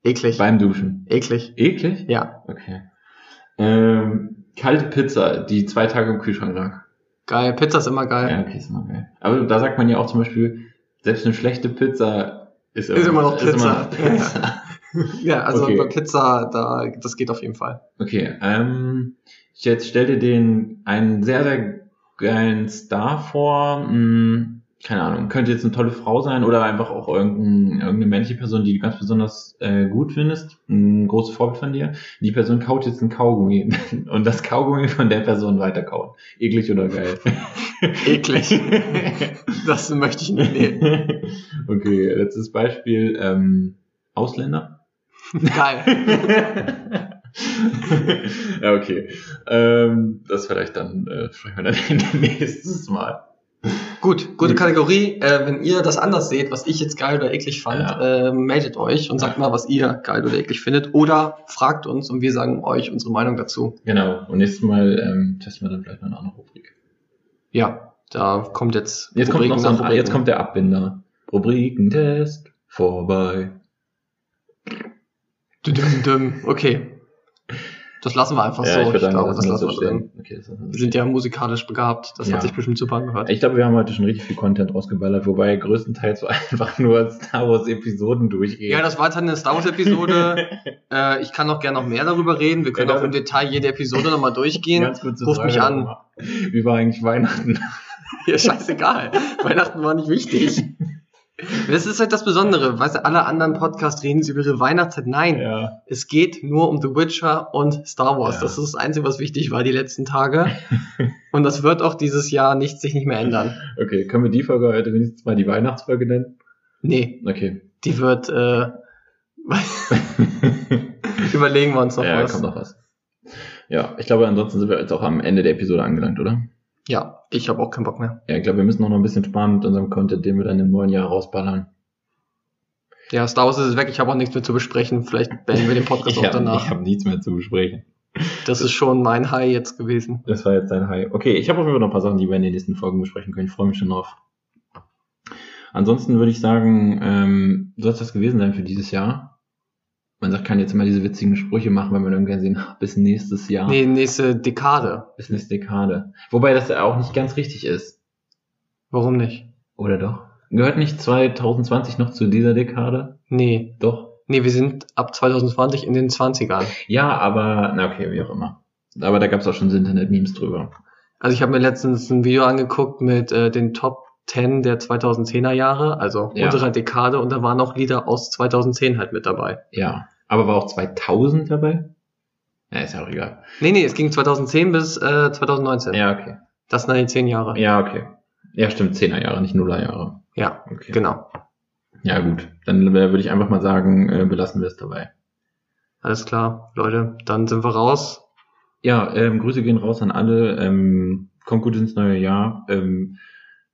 S6: Eklig.
S5: Beim Duschen.
S6: Eklig.
S5: Eklig?
S6: Ja,
S5: Okay. Ähm, kalte Pizza, die zwei Tage im Kühlschrank lag.
S6: geil. Pizza ist immer geil.
S5: Ja, okay, ist immer geil. Aber da sagt man ja auch zum Beispiel, selbst eine schlechte Pizza ist,
S6: Ist immer noch Pizza.
S5: Pizza.
S6: Ja, also
S5: Okay.
S6: bei Pizza, da, das geht auf jeden Fall.
S5: Okay, ähm, jetzt stell dir den einen sehr, sehr geilen Star vor. Hm, keine Ahnung, könnte jetzt eine tolle Frau sein oder einfach auch irgendein, irgendeine männliche Person, die du ganz besonders äh, gut findest. Ein großes Vorbild von dir. Die Person kaut jetzt ein Kaugummi und das Kaugummi von der Person weiterkaut. Eklig oder geil?
S6: Eklig. das möchte ich nicht nehmen.
S5: okay, letztes Beispiel. Ähm, Ausländer?
S6: Geil.
S5: ja, okay. Ähm, das vielleicht dann, äh, sprechen wir dann nächstes Mal.
S6: Gut, gute Kategorie. Äh, wenn ihr das anders seht, was ich jetzt geil oder eklig fand, äh, meldet euch und sagt mal, was ihr geil oder eklig findet. Oder fragt uns und wir sagen euch unsere Meinung dazu.
S5: Genau. Und nächstes Mal ähm, testen wir dann vielleicht noch eine andere Rubrik.
S6: Ja, da kommt jetzt.
S5: Jetzt kommt, noch
S6: Rubriken
S5: so ein,
S6: nach
S5: ah, jetzt
S6: Rubriken.
S5: kommt der Abbinder. Rubrikentest vorbei.
S6: Düm, düm. Okay. Das lassen wir einfach so.
S5: würd
S6: Ich glaube,
S5: lassen
S6: das
S5: wir
S6: lassen
S5: so
S6: wir drin.
S5: stehen. Okay, das lassen wir
S6: Wir
S5: so
S6: sind ja musikalisch begabt. Das
S5: Ja.
S6: hat sich bestimmt super angehört.
S5: Ich glaube, wir haben heute schon richtig viel Content rausgeballert, wobei größtenteils einfach nur Star Wars Episoden durchgehen.
S6: Ja, das war jetzt halt eine Star Wars-Episode. äh, ich kann auch gerne noch mehr darüber reden. Wir können
S5: Ja,
S6: auch im Detail jede Episode nochmal durchgehen.
S5: Ganz kurze
S6: Ruft mich an.
S5: nochmal. Wie war eigentlich Weihnachten?
S6: Ja, scheißegal. Weihnachten war nicht wichtig. Das ist halt das Besondere. Weißt du, alle anderen Podcasts reden sie über ihre Weihnachtszeit. Nein,
S5: Ja.
S6: es geht nur um The Witcher und Star Wars.
S5: Ja.
S6: Das ist das Einzige, was wichtig war die letzten Tage. und das wird auch dieses Jahr nicht, sich nicht mehr ändern.
S5: Okay, können wir die Folge heute wenigstens mal die Weihnachtsfolge nennen?
S6: Nee,
S5: Okay.
S6: die wird, äh, überlegen wir uns noch
S5: ja,
S6: was.
S5: kommt noch was. Ja, ich glaube, ansonsten sind wir jetzt auch am Ende der Episode angelangt, oder?
S6: Ja, ich habe auch keinen Bock mehr.
S5: Ja, ich glaube, wir müssen auch noch ein bisschen sparen mit unserem Content, den wir dann im neuen Jahr rausballern.
S6: Ja, Star Wars ist weg. Ich habe auch nichts mehr zu besprechen. Vielleicht beenden wir den Podcast auch
S5: hab-
S6: danach.
S5: ich hab nichts mehr zu besprechen.
S6: Das ist schon mein High jetzt gewesen.
S5: Das war jetzt dein High. Okay, ich habe auf jeden Fall noch ein paar Sachen, die wir in den nächsten Folgen besprechen können. Ich freue mich schon drauf. Ansonsten würde ich sagen, ähm, soll es das gewesen sein für dieses Jahr? Man sagt, kann jetzt immer diese witzigen Sprüche machen, wenn man irgendwann sehen, bis nächstes Jahr,
S6: Nee, nächste Dekade.
S5: bis nächste Dekade. Wobei das ja auch nicht ganz richtig ist.
S6: Warum nicht?
S5: Oder doch? Gehört nicht 2020 noch zu dieser Dekade?
S6: Nee,
S5: Doch.
S6: Nee, wir sind ab 2020 in den 20ern.
S5: Ja, aber, na okay, wie auch immer. Aber da gab es auch schon so Internet-Memes drüber.
S6: Also ich habe mir letztens ein Video angeguckt mit äh, den Top 10 der 2010er Jahre, also
S5: Ja.
S6: unserer Dekade, und da waren auch Lieder aus 2010 halt mit dabei.
S5: Ja. Aber war auch 2000 dabei? Na, ist ja auch egal.
S6: Nee, nee, es ging 2010 bis äh, 2019.
S5: Ja, okay.
S6: Das sind dann die 10 Jahre.
S5: Ja, okay. Ja, stimmt, 10er Jahre, nicht Nuller Jahre.
S6: Ja,
S5: Okay.
S6: genau.
S5: Ja, gut. Dann äh, würde ich einfach mal sagen, äh, belassen wir es dabei.
S6: Alles klar, Leute, dann sind wir raus.
S5: Ja, ähm, Grüße gehen raus an alle. Ähm, kommt gut ins neue Jahr. Ähm,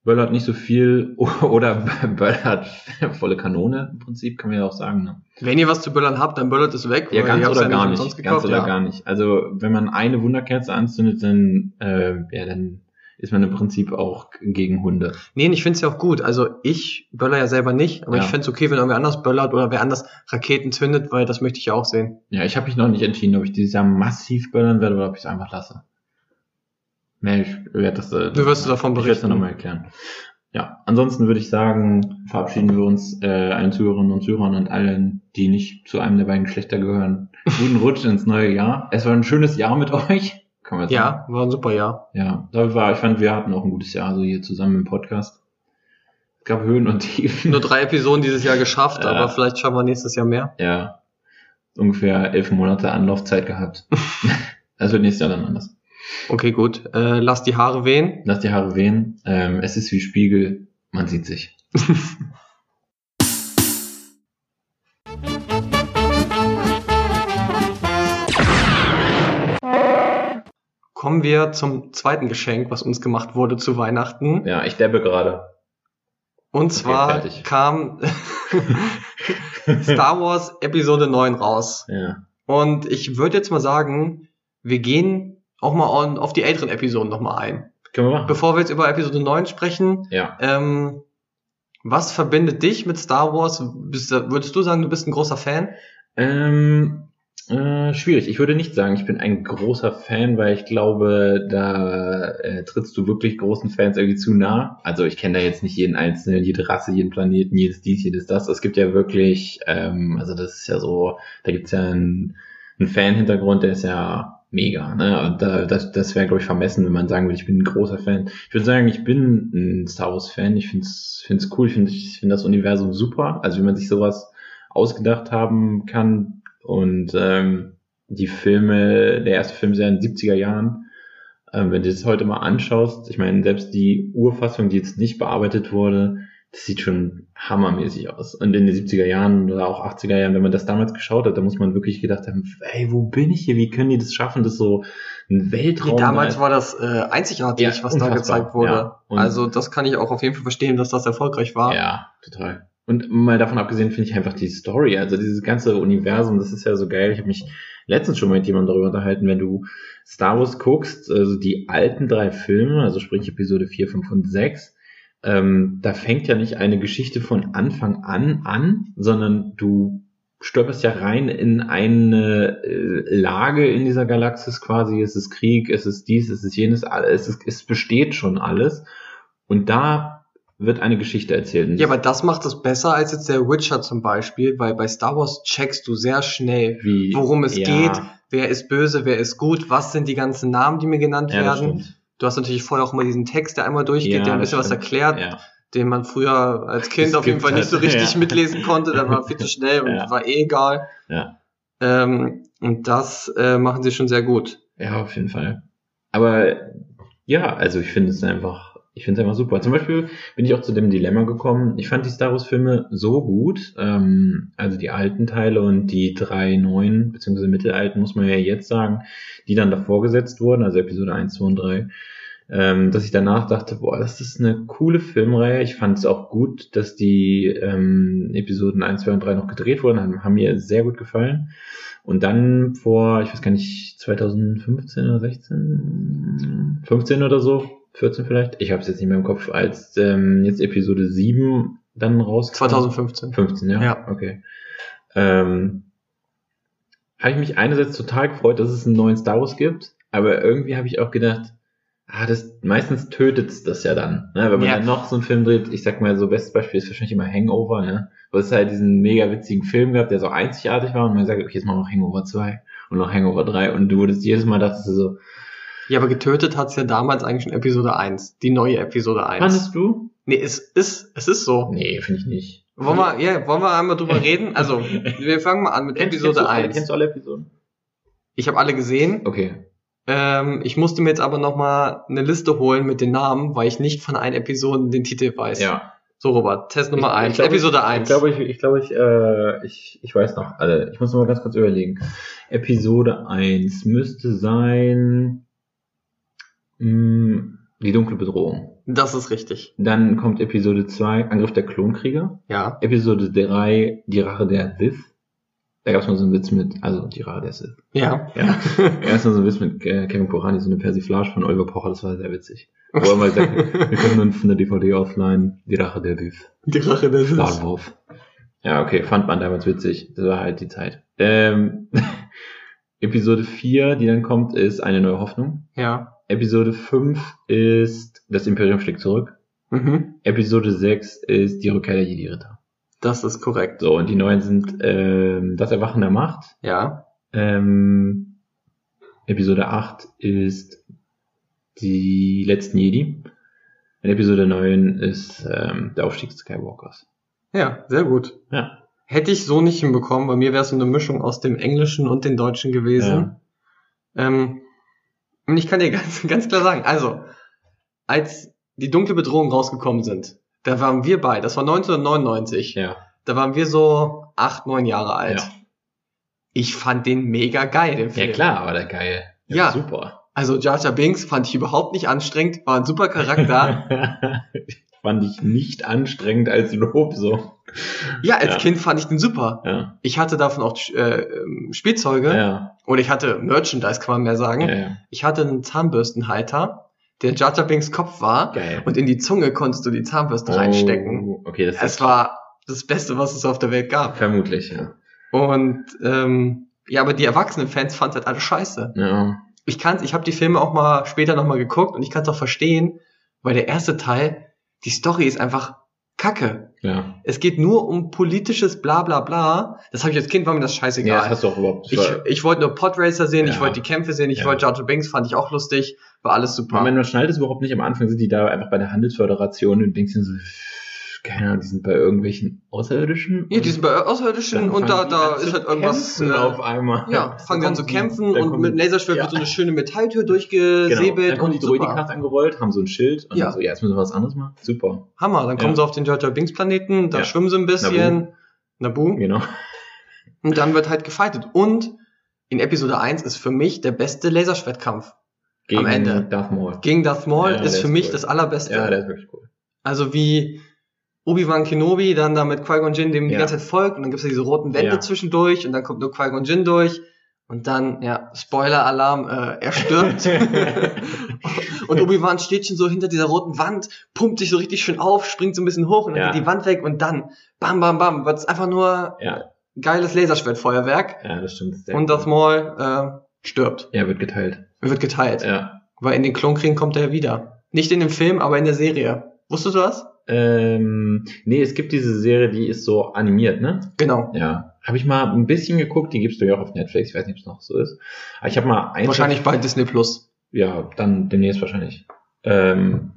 S5: böllert nicht so viel oder böllert volle Kanone im Prinzip, kann man ja auch sagen. Ne?
S6: Wenn ihr was zu böllern habt, dann böllert es weg.
S5: Ja,
S6: weil
S5: ganz
S6: ihr habt's
S5: oder gar
S6: nicht
S5: nicht.
S6: umsonst
S5: ganz
S6: Gekauft,
S5: oder
S6: ja.
S5: gar nicht. Also wenn man eine Wunderkerze anzündet, dann, äh, ja, dann ist man im Prinzip auch gegen Hunde.
S6: Nee, und ich find's ja auch gut. Also ich böller ja selber nicht, aber
S5: Ja.
S6: ich find's okay, wenn irgendwer anders böllert oder wer anders Raketen zündet, weil das möchte ich ja auch sehen.
S5: Ja, ich habe mich noch nicht entschieden, ob ich dieses Jahr massiv böllern werde oder ob ich es einfach lasse. Nee, ich werde das. Äh,
S6: Du wirst davon
S5: Ich werde es
S6: berichten.
S5: nochmal erklären. Ja, ansonsten würde ich sagen, verabschieden wir uns äh, allen Zuhörerinnen und Zuhörern und allen, die nicht zu einem der beiden Geschlechter gehören. Guten Rutsch ins neue Jahr. Es war ein schönes Jahr mit euch. Kann man
S6: Ja, war ein super Jahr.
S5: Ja, dafür war, ich fand, wir hatten auch ein gutes Jahr so hier zusammen im Podcast. Es gab Höhen und Tiefen.
S6: nur drei Episoden dieses Jahr geschafft,
S5: Ja.
S6: aber vielleicht schaffen wir nächstes Jahr mehr.
S5: Ja, ungefähr elf Monate Anlaufzeit gehabt. das wird nächstes Jahr dann anders.
S6: Okay, gut. Äh, lass die Haare wehen.
S5: Lass die Haare wehen. Ähm, es ist wie Spiegel. Man sieht sich.
S6: Kommen wir zum zweiten Geschenk, was uns gemacht wurde zu Weihnachten.
S5: Ja, ich debbe gerade.
S6: Und zwar
S5: fertig.
S6: kam Star Wars Episode 9 raus.
S5: ja.
S6: Und ich würde jetzt mal sagen, wir gehen auch mal on, auf die älteren Episoden nochmal ein.
S5: Können wir machen.
S6: Bevor wir jetzt über Episode 9 sprechen,
S5: ja.
S6: ähm, was verbindet dich mit Star Wars? Bist, du- würdest du sagen, du bist ein großer Fan?
S5: Ähm, äh, schwierig. Ich würde nicht sagen, ich bin ein großer Fan, weil ich glaube, da äh, trittst du wirklich großen Fans irgendwie zu nah. Also ich kenne da jetzt nicht jeden Einzelnen, jede Rasse, jeden Planeten, jedes dies, jedes das. Es gibt ja wirklich, ähm, also das ist ja so, da gibt's ja einen, einen Fan-Hintergrund, der ist ja mega. Ne? Und da, das das wäre, glaube ich, vermessen, wenn man sagen würde, ich bin ein großer Fan. Ich würde sagen, ich bin ein Star Wars-Fan. Ich find's find's cool. Ich find ich find das Universum super. Also wie man sich sowas ausgedacht haben kann. Und ähm, die Filme, der erste Film ist ja in den 70er Jahren. Ähm, wenn du das heute mal anschaust, ich meine, selbst die Urfassung, die jetzt nicht bearbeitet wurde, das sieht schon hammermäßig aus. Und in den 70er Jahren oder auch 80er Jahren, wenn man das damals geschaut hat, da muss man wirklich gedacht haben, ey, wo bin ich hier? Wie können die das schaffen, dass so ein Weltraum...
S6: Damals war das äh, einzigartig,
S5: halt. Ja,
S6: was da
S5: unfassbar,
S6: gezeigt wurde.
S5: ja. Und-
S6: also das kann ich auch auf jeden Fall verstehen, dass das erfolgreich war.
S5: Ja, total. Und mal davon abgesehen finde ich einfach die Story, also dieses ganze Universum, das ist ja so geil. Ich habe mich letztens schon mal mit jemandem darüber unterhalten, wenn du Star Wars guckst, also die alten drei Filme, also sprich Episode 4, 5 und 6, ähm, da fängt ja nicht eine Geschichte von Anfang an an, sondern du stolperst ja rein in eine äh, Lage in dieser Galaxis quasi. Es ist Krieg, es ist dies, es ist jenes, alles, es, ist, es besteht schon alles. Und da wird eine Geschichte erzählt. Und
S6: Ja,
S5: das-
S6: aber das macht es besser als jetzt der Witcher zum Beispiel, weil bei Star Wars checkst du sehr schnell,
S5: wie,
S6: worum es
S5: ja,
S6: geht, wer ist böse, wer ist gut, was sind die ganzen Namen, die mir genannt
S5: Ja, das
S6: werden.
S5: stimmt.
S6: Du hast natürlich vorher auch mal diesen Text, der einmal durchgeht,
S5: Ja,
S6: der ein
S5: das
S6: bisschen was
S5: stimmt.
S6: erklärt,
S5: Ja.
S6: den man früher als Kind auf jeden
S5: Geskippt
S6: Fall nicht so
S5: hat,
S6: richtig
S5: ja.
S6: mitlesen konnte, der war viel zu schnell und
S5: Ja.
S6: war eh egal.
S5: Ja.
S6: Ähm, und das äh, machen sie schon sehr gut.
S5: ja, auf jeden Fall. Aber ja, also ich finde es einfach, ich finde es einfach super. Zum Beispiel bin ich auch zu dem Dilemma gekommen. Ich fand die Star Wars-Filme so gut, ähm, also die alten Teile und die drei neuen, beziehungsweise mittelalten, muss man ja jetzt sagen, die dann davor gesetzt wurden, also Episode 1, 2 und 3, ähm, dass ich danach dachte, boah, das ist eine coole Filmreihe. Ich fand es auch gut, dass die ähm, Episoden 1, 2 und 3 noch gedreht wurden, haben, haben mir sehr gut gefallen. Und dann vor, ich weiß gar nicht, 2015 oder 16, 15 oder so, 14 vielleicht, ich habe es jetzt nicht mehr im Kopf, als ähm, jetzt Episode 7 dann rauskam.
S6: 2015.
S5: 15, ja?
S6: Ja.
S5: Okay. Ähm, habe ich mich einerseits total gefreut, dass es einen neuen Star Wars gibt, aber irgendwie habe ich auch gedacht, ah, das, meistens tötet's das ja dann. Ne? Wenn man
S6: Ja.
S5: dann noch so einen Film dreht, ich sag mal, so bestes Beispiel ist wahrscheinlich immer Hangover, ne? Wo es halt diesen mega witzigen Film gab, der so einzigartig war und man sagt, okay, jetzt machen wir noch Hangover 2 und noch Hangover 3 und du wurdest jedes Mal dachtest du so,
S6: Ja, aber getötet hat's ja damals eigentlich schon Episode 1, die neue Episode 1.
S5: fandest du?
S6: Nee, es ist, es ist so.
S5: Nee, finde ich nicht.
S6: Wollen wir, ja, wollen wir einmal drüber reden? Also, wir fangen mal an mit
S5: Kennst-
S6: Episode
S5: kennst du alle-
S6: 1.
S5: Kennst du alle Episoden?
S6: Ich habe alle gesehen.
S5: Okay.
S6: Ähm, ich musste mir jetzt aber nochmal eine Liste holen mit den Namen, weil ich nicht von allen Episoden den Titel weiß.
S5: Ja.
S6: So, Robert, Test Nummer
S5: Ich- ich
S6: 1,
S5: glaube,
S6: Episode 1.
S5: Ich glaube, ich, ich, glaube, ich, äh, ich, ich weiß noch alle. Ich muss noch mal ganz kurz überlegen. Episode 1 müsste sein mh, Die dunkle Bedrohung.
S6: das ist richtig.
S5: Dann kommt Episode 2 Angriff der Klonkrieger.
S6: Ja.
S5: Episode 3 Die Rache der Sith. Da gab es mal so einen Witz mit, also die Rache der Sith.
S6: Ja.
S5: Ja. Erstmal so ein Witz mit äh, Kevin Porani, so eine Persiflage von Oliver Pocher, das war sehr witzig. Wo er mal sagt, wir können nun von der DVD offline die Rache der Sith.
S6: Die Rache der Sith.
S5: Warenwurf. Ja, okay, fand man damals witzig. Das war halt die Zeit. Ähm, Episode 4, die dann kommt, ist Eine neue Hoffnung.
S6: Ja.
S5: Episode 5 ist Das Imperium schlägt zurück.
S6: Mhm.
S5: Episode 6 ist Die Rückkehr der Jedi-Ritter.
S6: Das ist korrekt.
S5: So, und die neuen sind ähm, Das Erwachen der Macht.
S6: Ja.
S5: Ähm, Episode 8 ist Die letzten Jedi. Und Episode 9 ist ähm, Der Aufstieg des Skywalkers.
S6: Ja, sehr gut.
S5: Ja.
S6: Hätte ich so nicht hinbekommen, bei mir wäre es so eine Mischung aus dem Englischen und dem Deutschen gewesen. Ähm, und ich kann dir ganz, ganz klar sagen, also, als die dunkle Bedrohung rausgekommen sind, da waren wir bei, das war 1999.
S5: Ja.
S6: Da waren wir so acht, neun Jahre alt.
S5: Ja.
S6: Ich fand den mega geil, den Film.
S5: Ja klar, war der geil. Der
S6: Ja.
S5: war Super.
S6: Also Jar Jar Binks fand ich überhaupt nicht anstrengend, war ein super Charakter.
S5: Fand ich nicht anstrengend als Lob so.
S6: ja, als
S5: Ja.
S6: Kind fand ich den super.
S5: Ja.
S6: Ich hatte davon auch äh, ähm, Spielzeuge
S5: Ja.
S6: oder ich hatte Merchandise, kann man mehr sagen.
S5: ja, ja.
S6: Ich hatte einen Zahnbürstenhalter, der Jar Jar Binks Kopf war
S5: Geil.
S6: und in die Zunge konntest du die Zahnbürste reinstecken.
S5: Oh, okay, das
S6: Es
S5: ist
S6: war das Beste, was es auf der Welt gab.
S5: vermutlich, ja.
S6: Und ähm, ja, aber die erwachsenen Fans fanden das alles scheiße.
S5: ja.
S6: ich kann's, ich habe die Filme auch mal später nochmal geguckt und ich kann's auch verstehen, weil der erste Teil, die Story ist einfach Kacke.
S5: Ja.
S6: Es geht nur um politisches Blablabla. Das habe ich als Kind, war mir das
S5: Ja, das
S6: scheißegal.
S5: hast du auch überhaupt.
S6: ich ich wollte nur Podracer sehen, ich
S5: Ja.
S6: wollte die Kämpfe sehen, ich
S5: Ja.
S6: wollte Jar Jar Binks, fand ich auch lustig, war alles super.
S5: man, man schnallt es überhaupt nicht. Am Anfang sind die da einfach bei der Handelsföderation und denkst dir so, keine Ahnung, die sind bei irgendwelchen Außerirdischen.
S6: Ja, die sind bei Außerirdischen
S5: Dann
S6: und da,
S5: fangen die
S6: da
S5: an zu
S6: ist halt irgendwas.
S5: kämpfen
S6: äh,
S5: auf einmal.
S6: Ja, fangen die an zu
S5: Dann
S6: kämpfen
S5: dann
S6: und
S5: kommen
S6: mit
S5: die-
S6: Laserschwert
S5: Ja.
S6: wird so eine schöne Metalltür
S5: Genau.
S6: durchgesäbelt.
S5: Dann kommen die
S6: Äh, und super.
S5: Droidenkart angerollt, haben so ein Schild und
S6: Ja.
S5: dann so, ja, jetzt müssen wir was anderes machen. Super.
S6: Hammer, dann kommen
S5: Ja.
S6: sie auf den Jar Jar Binks Planeten, da
S5: Ja.
S6: schwimmen sie ein bisschen. Nabu.
S5: Genau.
S6: Und dann wird halt gefightet. Und in Episode 1 ist für mich der beste Laserschwertkampf.
S5: Gegen
S6: Ende.
S5: Darth Maul.
S6: Gegen Darth Maul
S5: Ja,
S6: ist
S5: der
S6: für
S5: ist
S6: mich
S5: cool.
S6: das allerbeste.
S5: Ja, der ist wirklich cool.
S6: Also wie Obi-Wan Kenobi dann da mit Qui-Gon Jinn dem die
S5: Ja.
S6: ganze Zeit folgt und dann gibt's ja diese roten Wände
S5: Ja.
S6: zwischendurch und dann kommt nur Qui-Gon Jinn durch und dann, ja, Spoiler-Alarm, äh, er stirbt. und Obi-Wan steht schon so hinter dieser roten Wand, pumpt sich so richtig schön auf, springt so ein bisschen hoch und dann
S5: Ja.
S6: geht die Wand weg und dann bam, bam, bam, wird's einfach nur
S5: Ja.
S6: geiles Laserschwertfeuerwerk
S5: ja, das stimmt. Sehr
S6: und
S5: cool.
S6: das Maul äh, stirbt.
S5: Ja, wird geteilt.
S6: Er wird geteilt.
S5: Ja.
S6: Weil in den Klonkriegen kommt er ja wieder. Nicht in dem Film, aber in der Serie. Wusstest du das?
S5: Ähm, nee, es gibt diese Serie, die ist so animiert, ne?
S6: Genau.
S5: Ja. Habe ich mal ein bisschen geguckt, die gibt's du ja auch auf Netflix, ich weiß nicht, ob es noch so ist. Aber ich habe mal ein
S6: Wahrscheinlich bei Disney Plus.
S5: Ja, dann demnächst wahrscheinlich. Ähm,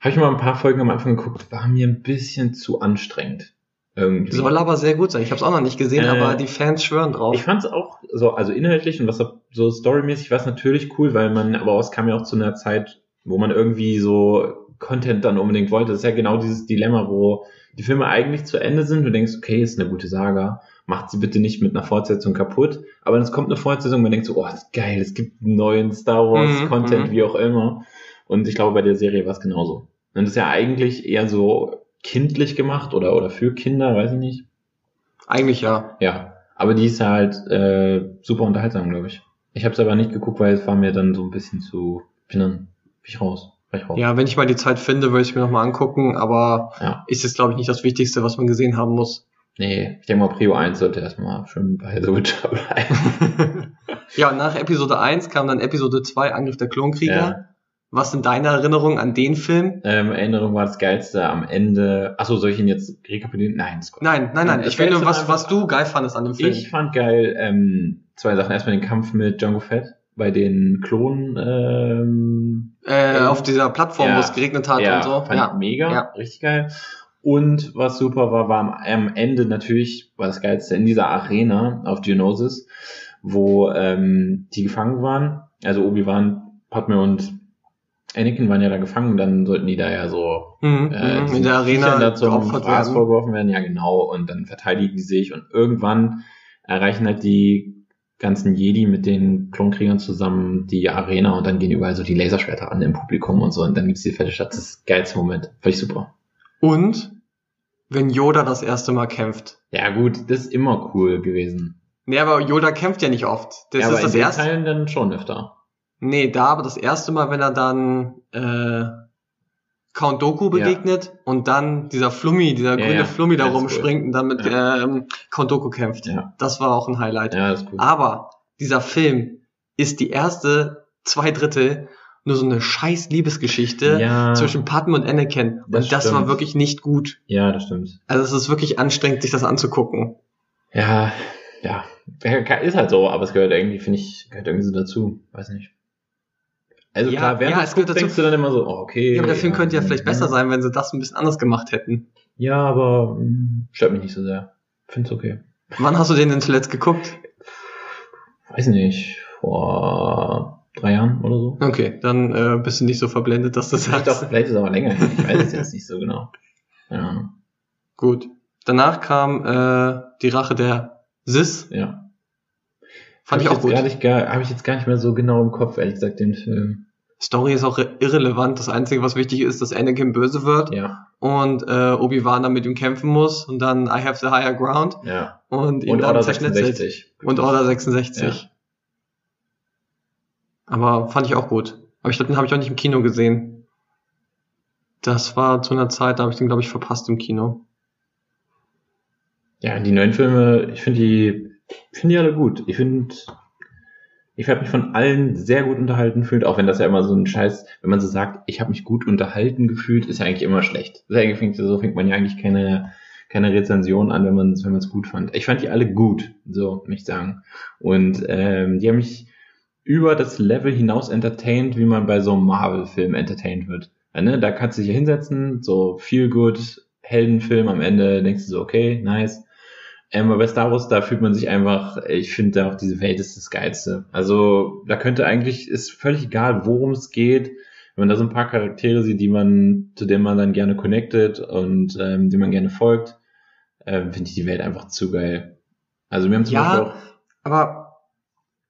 S5: habe ich mal ein paar Folgen am Anfang geguckt, war mir ein bisschen zu anstrengend. Irgendwie.
S6: Soll aber sehr gut sein. Ich habe es auch noch nicht gesehen,
S5: Genau. Äh,
S6: aber die Fans schwören drauf.
S5: Ich fand es auch so, also inhaltlich und was so storymäßig war es natürlich cool, weil man, aber es kam ja auch zu einer Zeit, wo man irgendwie so Content dann unbedingt wollte. Das ist ja genau dieses Dilemma, wo die Filme eigentlich zu Ende sind. Du denkst, okay, ist eine gute Saga, macht sie bitte nicht mit einer Fortsetzung kaputt. Aber dann kommt eine Fortsetzung, man denkt so, oh, das ist geil, es gibt einen neuen Star Wars
S6: Mhm,
S5: Content,
S6: mhm.
S5: wie auch immer. Und ich glaube, bei der Serie war es genauso. Und das ist ja eigentlich eher so kindlich gemacht oder, oder für Kinder, weiß ich nicht.
S6: Eigentlich ja.
S5: Ja, aber die ist halt äh, super unterhaltsam, glaube ich. Ich habe es aber nicht geguckt, weil es war mir dann so ein bisschen zu. Bin dann bin ich raus. War ich raus.
S6: Ja, wenn ich mal die Zeit finde, würde ich mir nochmal angucken, aber
S5: Ja.
S6: ist es, glaube ich, nicht das Wichtigste, was man gesehen haben muss.
S5: Nee, ich denke mal, Prio 1 sollte erstmal schön bei The Witcher bleiben.
S6: Ja, nach Episode 1 kam dann Episode 2, Angriff der Klonkrieger.
S5: ja.
S6: Was sind deine Erinnerungen an den Film?
S5: ähm, Erinnerung war das Geilste am Ende. Achso, soll ich ihn jetzt rekapitulieren? Nein, ist gut.
S6: Nein, nein, nein.
S5: Es
S6: Ich will nur,
S5: wechseln
S6: was,
S5: einfach-
S6: was du geil fandest an dem Film.
S5: Ich fand geil ähm, zwei Sachen. Erstmal den Kampf mit Django Fett bei den Klonen. Ähm,
S6: äh, auf dieser Plattform,
S5: Ja.
S6: wo es geregnet hat
S5: ja,
S6: und so.
S5: Fand ich mega,
S6: Ja.
S5: richtig geil. Und was super war, war am, am Ende natürlich, war das Geilste, in dieser Arena auf Geonosis, wo ähm, die gefangen waren. Also Obi-Wan, Padme und Anakin waren ja da gefangen und dann sollten die da ja so
S6: Mhm,
S5: äh,
S6: mhm, in
S5: diesen
S6: der Arena
S5: Viechern da zum
S6: geopfert
S5: Fraß
S6: werden.
S5: vorgeworfen werden, ja genau, und dann verteidigen die sich und irgendwann erreichen halt die ganzen Jedi mit den Klonkriegern zusammen die Arena und dann gehen überall so die Laserschwerter an im Publikum und so und dann gibt's die fette Stadt. Das ist der geilste Moment. Fand ich super.
S6: Und wenn Yoda das erste Mal kämpft.
S5: Ja gut, das ist immer cool gewesen.
S6: Nee, aber Yoda kämpft ja nicht oft. Das
S5: ja, aber
S6: ist das
S5: in den
S6: erste.
S5: Teilen dann schon öfter.
S6: Nee, da aber das erste Mal, wenn er dann äh, Count Doku begegnet und dann dieser Flummi, dieser
S5: Ja,
S6: grüne
S5: ja.
S6: Flummi da
S5: Das ist
S6: rumspringt und dann mit ähm, Count Doku kämpft.
S5: Ja.
S6: Das war auch ein Highlight.
S5: Ja, das ist cool.
S6: Aber dieser Film ist die erste, zwei Drittel, nur so eine scheiß Liebesgeschichte
S5: ja,
S6: zwischen Padme und Anakin. Und
S5: Das
S6: das, war
S5: stimmt.
S6: wirklich nicht gut.
S5: ja, das stimmt.
S6: Also es ist wirklich anstrengend, sich das anzugucken.
S5: Ja, ja. Ist halt so, aber es gehört irgendwie, finde ich, gehört irgendwie so dazu. Weiß nicht. Also
S6: Ja,
S5: klar, während
S6: ja,
S5: ja,
S6: es
S5: guckst,
S6: gehört
S5: denkst du dann immer so, oh, okay.
S6: Ja, aber der Film könnte ja vielleicht besser sein, wenn sie das ein bisschen anders gemacht hätten.
S5: Ja, aber mm, stört mich nicht so sehr. Find's okay.
S6: Wann hast du den denn zuletzt geguckt?
S5: Weiß nicht, vor drei Jahren oder so.
S6: Okay, dann äh, bist du nicht so verblendet, dass du
S5: Vielleicht,
S6: sagst.
S5: auch, vielleicht ist es aber länger her. Ich weiß es jetzt nicht so genau. Keine Ahnung.
S6: Gut. Danach kam äh, die Rache der Sis.
S5: Ja.
S6: Fand ich
S5: Hab
S6: auch gut.
S5: Habe ich jetzt gar nicht mehr so genau im Kopf, ehrlich gesagt, den Film.
S6: Story ist auch irre- irrelevant. Das Einzige, was wichtig ist, dass Anakin böse wird
S5: Ja,
S6: und äh, Obi-Wan dann mit ihm kämpfen muss und dann I have the higher ground
S5: ja.
S6: und ihn
S5: Und
S6: dann
S5: Order
S6: zerschnetzelt.
S5: 66.
S6: Und Order 66.
S5: Ja.
S6: Aber fand ich auch gut. Aber ich glaube, den habe ich auch nicht im Kino gesehen. Das war zu einer Zeit, da habe ich den, glaube ich, verpasst im Kino.
S5: Ja, die neuen Filme, ich finde die, ich finde die alle gut. Ich finde, ich habe mich von allen sehr gut unterhalten fühlt, auch wenn das ja immer so ein Scheiß, wenn man so sagt, ich habe mich gut unterhalten gefühlt, ist ja eigentlich immer schlecht. Das ist ja eigentlich fängt, so fängt man ja eigentlich keine, keine Rezension an, wenn man es wenn man's gut fand. Ich fand die alle gut, so möchte ich sagen. Und ähm, die haben mich über das Level hinaus entertained, wie man bei so einem Marvel-Film entertained wird. Ja, ne? Da kannst du dich hinsetzen, so feel good, Heldenfilm. Am Ende denkst du so, okay, nice. Ähm, aber bei Star Wars, da fühlt man sich einfach, ich finde auch diese Welt ist das Geilste. Also da könnte eigentlich, ist völlig egal, worum es geht. Wenn man da so ein paar Charaktere sieht, die man, zu denen man dann gerne connectet und ähm, denen man gerne folgt, ähm, finde ich die Welt einfach zu geil. Also wir haben zum
S6: Ja.
S5: Beispiel auch,
S6: Aber,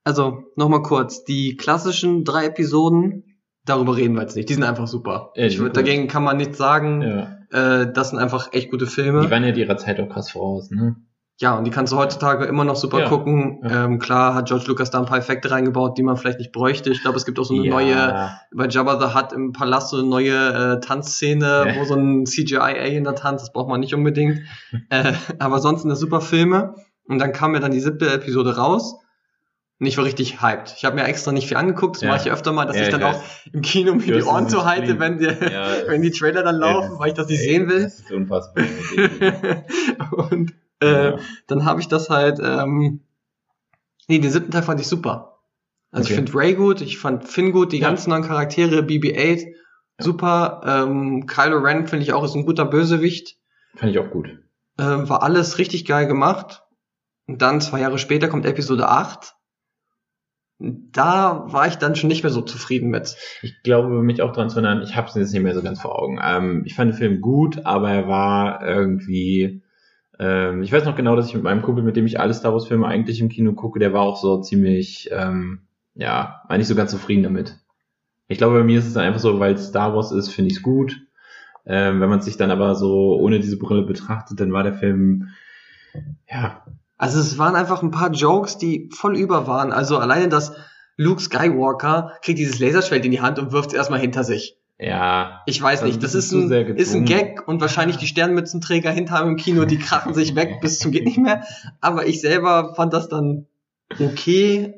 S6: also, nochmal kurz, die klassischen drei Episoden, darüber reden wir jetzt nicht. Die sind einfach super.
S5: Ja, die
S6: ich
S5: sind gut.
S6: würd, dagegen kann man nichts sagen.
S5: ja,
S6: Äh, das sind einfach echt gute
S5: die
S6: Filme.
S5: waren ja ihrer Zeit auch krass voraus, ne?
S6: Ja, und die kannst du heutzutage immer noch super
S5: Ja.
S6: gucken.
S5: Ja.
S6: Ähm, klar hat George Lucas da ein paar Effekte reingebaut, die man vielleicht nicht bräuchte. Ich glaube, es gibt auch so eine neue, bei Jabba the Hutt im Palast so eine neue äh, Tanzszene,
S5: Ja.
S6: wo so ein CGI-Alien tanzt. Das braucht man nicht unbedingt. äh, aber sonst sind das super Filme. Und dann kam mir dann die siebte Episode raus. Und ich war richtig hyped. Ich habe mir extra nicht viel angeguckt. Das
S5: Ja.
S6: mache ich öfter mal, dass
S5: Ja,
S6: ich dann
S5: ich
S6: auch im Kino mir
S5: Du
S6: die
S5: hast
S6: Ohren
S5: diesen
S6: zuhalte,
S5: Stream.
S6: wenn die,
S5: Ja,
S6: wenn die Trailer dann
S5: Ja,
S6: laufen,
S5: das-
S6: weil ich das nicht
S5: ey,
S6: sehen will. Äh.
S5: Das ist unfassbar.
S6: und äh,
S5: Ja.
S6: dann habe ich das halt, ähm, nee, den siebten Teil fand ich super. Also
S5: Okay.
S6: ich finde Ray gut, ich fand Finn gut, die
S5: Ja.
S6: ganzen neuen Charaktere, BB-8, super. Ähm, Kylo Ren finde ich auch, ist ein guter Bösewicht.
S5: Fand ich auch gut.
S6: Ähm, war alles richtig geil gemacht. Und dann zwei Jahre später kommt Episode 8. Da war ich dann schon nicht mehr so zufrieden mit.
S5: Ich glaube, mich auch daran zu erinnern, ich habe es jetzt nicht mehr so ganz vor Augen. Ähm, ich fand den Film gut, aber er war irgendwie. Ähm, ich weiß noch genau, dass ich mit meinem Kumpel, mit dem ich alle Star Wars-Filme eigentlich im Kino gucke, der war auch so ziemlich, ähm, ja, war nicht so ganz zufrieden damit. Ich glaube, bei mir ist es dann einfach so, weil es Star Wars ist, finde ich es gut. Ähm, wenn man es sich dann aber so ohne diese Brille betrachtet, dann war der Film, ja,
S6: Also es waren einfach ein paar Jokes, die voll über waren. Also alleine, dass Luke Skywalker kriegt dieses Laserschwert in die Hand und wirft es erstmal hinter sich.
S5: ja,
S6: Ich weiß
S5: Also
S6: nicht, das
S5: das ist
S6: ist
S5: zu
S6: ein,
S5: sehr
S6: ist
S5: gezwungen.
S6: ein Gag und wahrscheinlich die Sternmützenträger hinter im Kino, die krachen sich weg bis zum geht nicht mehr. Aber ich selber fand das dann okay.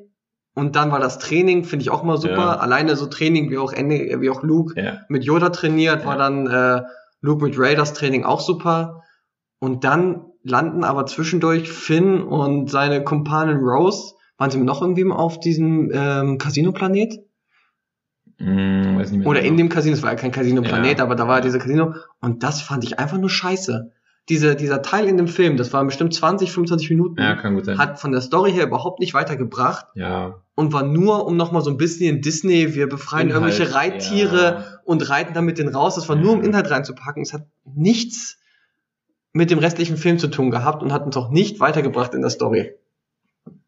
S6: Und dann war das Training, finde ich auch mal super.
S5: Ja.
S6: Alleine so Training wie auch Ende, wie auch Luke
S5: ja,
S6: mit Yoda trainiert, war
S5: Ja.
S6: dann äh, Luke mit Ray das Training auch super. Und dann landen aber zwischendurch Finn und seine Kumpanin Rose, waren sie noch irgendwie auf diesem ähm, Casino-Planet?
S5: mh, weiß nicht mehr.
S6: Oder
S5: so
S6: in
S5: genau.
S6: dem Casino, es war ja kein Casino-Planet,
S5: Ja.
S6: aber da war ja dieser Casino. Und das fand ich einfach nur scheiße. Diese, dieser Teil in dem Film, das waren bestimmt 20, 25 Minuten,
S5: Ja, kann gut sein.
S6: hat von der Story her überhaupt nicht weitergebracht
S5: ja.
S6: und war nur, um nochmal so ein bisschen in Disney, wir befreien
S5: Inhalt,
S6: irgendwelche Reittiere
S5: halt, ja.
S6: und reiten damit den raus. Das war nur um Inhalt reinzupacken. Es hat nichts mit dem restlichen Film zu tun gehabt und hat uns auch nicht weitergebracht in der Story.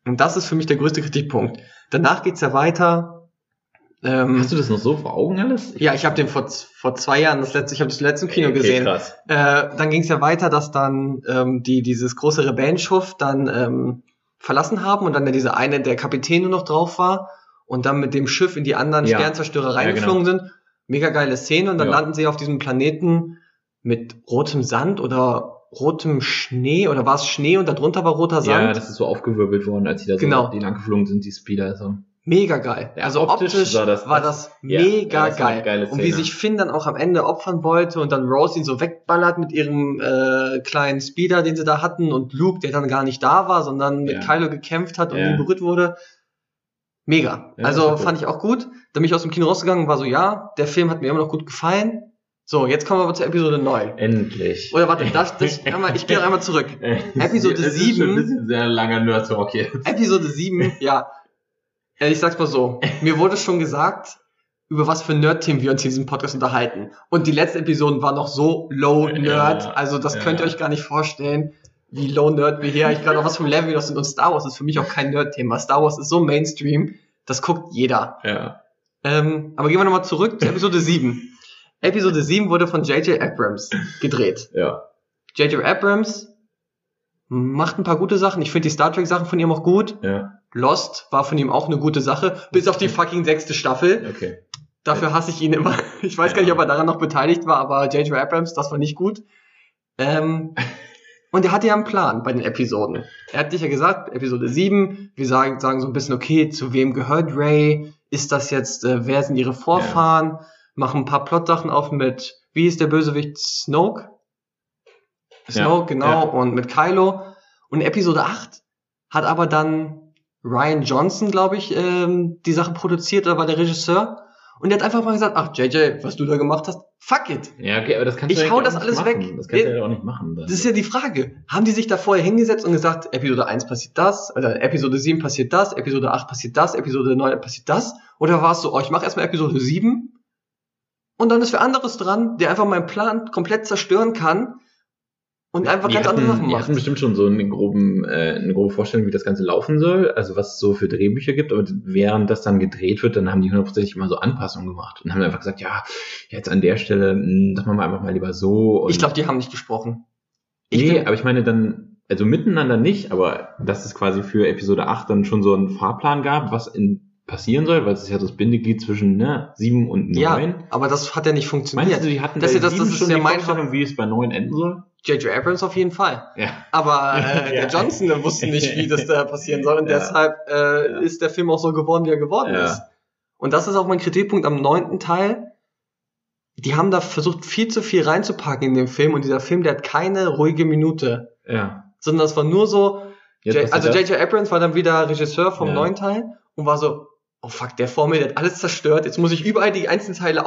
S6: Und das ist für mich der größte Kritikpunkt. Danach geht's ja weiter. Ähm,
S5: Hast du das noch so vor Augen alles?
S6: ja, ich habe den vor, z- vor zwei Jahren, das letzte, ich habe das letzte im Kino gesehen.
S5: Krass.
S6: Äh, dann ging's ja weiter, dass dann ähm, die dieses große Rebellenschiff dann ähm, verlassen haben und dann ja dieser eine, der Kapitän nur noch drauf war und dann mit dem Schiff in die anderen
S5: Ja.
S6: Sternzerstörer
S5: Ja, genau.
S6: reingeflogen sind. Mega geile Szene und dann
S5: Ja.
S6: landen sie auf diesem Planeten mit rotem Sand oder rotem Schnee oder war es Schnee und darunter war roter
S5: Ja,
S6: Sand.
S5: das ist so aufgewirbelt worden, als die da
S6: Genau.
S5: so die lang geflogen sind, die Speeder. So.
S6: mega geil.
S5: Ja,
S6: also optisch,
S5: optisch sah das-
S6: war das
S5: ja,
S6: mega
S5: ja, das war eine
S6: geil.
S5: geile
S6: Und wie
S5: Szene.
S6: sich Finn dann auch am Ende opfern wollte und dann Rose ihn so wegballert mit ihrem äh, kleinen Speeder, den sie da hatten und Luke, der dann gar nicht da war, sondern mit
S5: Ja.
S6: Kylo gekämpft hat und
S5: Ja.
S6: nie berührt wurde. Mega.
S5: Ja, das
S6: also
S5: war cool.
S6: fand ich auch gut. Da bin ich aus dem Kino rausgegangen und war so, ja, der Film hat mir immer noch gut gefallen. So, jetzt kommen wir aber zur Episode 9.
S5: Endlich.
S6: Oder warte, das, das, einmal, ich gehe noch einmal zurück. Episode
S5: das Ist schon
S6: sieben.
S5: ein bisschen sehr langer Nerd-Talk hier.
S6: Episode 7, ja. Äh, Ich sag's mal so. Mir wurde schon gesagt, über was für Nerd-Themen wir uns hier in diesem Podcast unterhalten. Und die letzte Episode war noch so low-nerd.
S5: Ja,
S6: also das
S5: ja.
S6: könnt ihr euch gar nicht vorstellen, wie low-nerd wir hier eigentlich gerade auf was vom Level das sind. Und Star Wars ist für mich auch kein Nerd-Thema. Star Wars ist so Mainstream, das guckt jeder.
S5: Ja.
S6: Ähm, aber gehen wir nochmal zurück zu Episode 7. Episode 7 wurde von J.J. Abrams gedreht.
S5: Ja.
S6: J.J. Abrams macht ein paar gute Sachen. Ich finde die Star Trek Sachen von ihm auch gut.
S5: Ja.
S6: Lost war von ihm auch eine gute Sache, bis auf die fucking sechste Staffel.
S5: Okay.
S6: Dafür hasse ich ihn immer. Ich weiß gar nicht, ob er daran noch beteiligt war, aber J.J. Abrams, das war nicht gut. Ähm, und er hatte ja einen Plan bei den Episoden. Er hat dich ja gesagt, Episode 7, wir sagen, sagen so ein bisschen, okay, zu wem gehört Ray? Ist das jetzt, äh, wer sind ihre Vorfahren? Machen ein paar Plotsachen auf mit, wie ist der Bösewicht Snoke? Snoke, genau,
S5: ja.
S6: und mit Kylo. Und Episode 8 hat aber dann Ryan Johnson, glaube ich, ähm, die Sache produziert, oder war der Regisseur. Und der hat einfach mal gesagt, ach JJ, was du da gemacht hast, fuck it.
S5: Ja, okay, aber das kannst
S6: Ich
S5: du ja
S6: hau
S5: auch
S6: das
S5: nicht
S6: alles
S5: machen.
S6: weg.
S5: Das kannst
S6: Nee.
S5: du ja auch nicht machen.
S6: Das ist ja die Frage. Haben die sich da vorher hingesetzt und gesagt, Episode 1 passiert das, also Episode 7 passiert das, Episode 8 passiert das, Episode 9 passiert das? Oder war es so, oh, ich mache erstmal Episode 7 und dann ist wer anderes dran, der einfach meinen Plan komplett zerstören kann und einfach
S5: die
S6: ganz
S5: hatten,
S6: andere Sachen
S5: die
S6: macht?
S5: hatten bestimmt schon so einen groben, äh, eine grobe Vorstellung, wie das Ganze laufen soll, also was es so für Drehbücher gibt, aber während das dann gedreht wird, dann haben die hundertprozentig immer so Anpassungen gemacht und haben einfach gesagt, ja, jetzt an der Stelle, mh, das machen wir einfach mal lieber so. Und
S6: Ich glaube, die haben nicht gesprochen. Ich
S5: nee,
S6: bin-
S5: aber ich meine dann, also miteinander nicht, aber dass es quasi für Episode 8 dann schon so einen Fahrplan gab, was in, passieren soll, weil es ist ja das Bindeglied zwischen ne, 7 und 9.
S6: ja, aber das hat ja nicht
S5: Meinst du,
S6: funktioniert.
S5: die hatten
S6: Das
S5: bei
S6: ist ja das-
S5: sieben
S6: das ist
S5: schon
S6: ja
S5: die
S6: mein
S5: Vorstellung, wie es bei 9 enden soll?
S6: J.J. Abrams auf jeden Fall.
S5: Ja.
S6: Aber äh,
S5: Ja.
S6: der Johnson der wusste nicht, wie das da passieren soll. Und
S5: Ja.
S6: deshalb äh,
S5: Ja.
S6: ist der Film auch so geworden, wie er geworden
S5: Ja.
S6: ist. Und das ist auch mein Kritikpunkt am neunten Teil. Die haben da versucht, viel zu viel reinzupacken in den Film. Und dieser Film, der hat keine ruhige Minute.
S5: Ja.
S6: Sondern das war nur so,
S5: Jetzt
S6: J
S5: passiert
S6: also
S5: das.
S6: J.J. Abrams war dann wieder Regisseur vom
S5: Ja.
S6: neunten Teil und war so, oh fuck, der vor mir, der hat alles zerstört. Jetzt muss ich überall die einzelnen Teile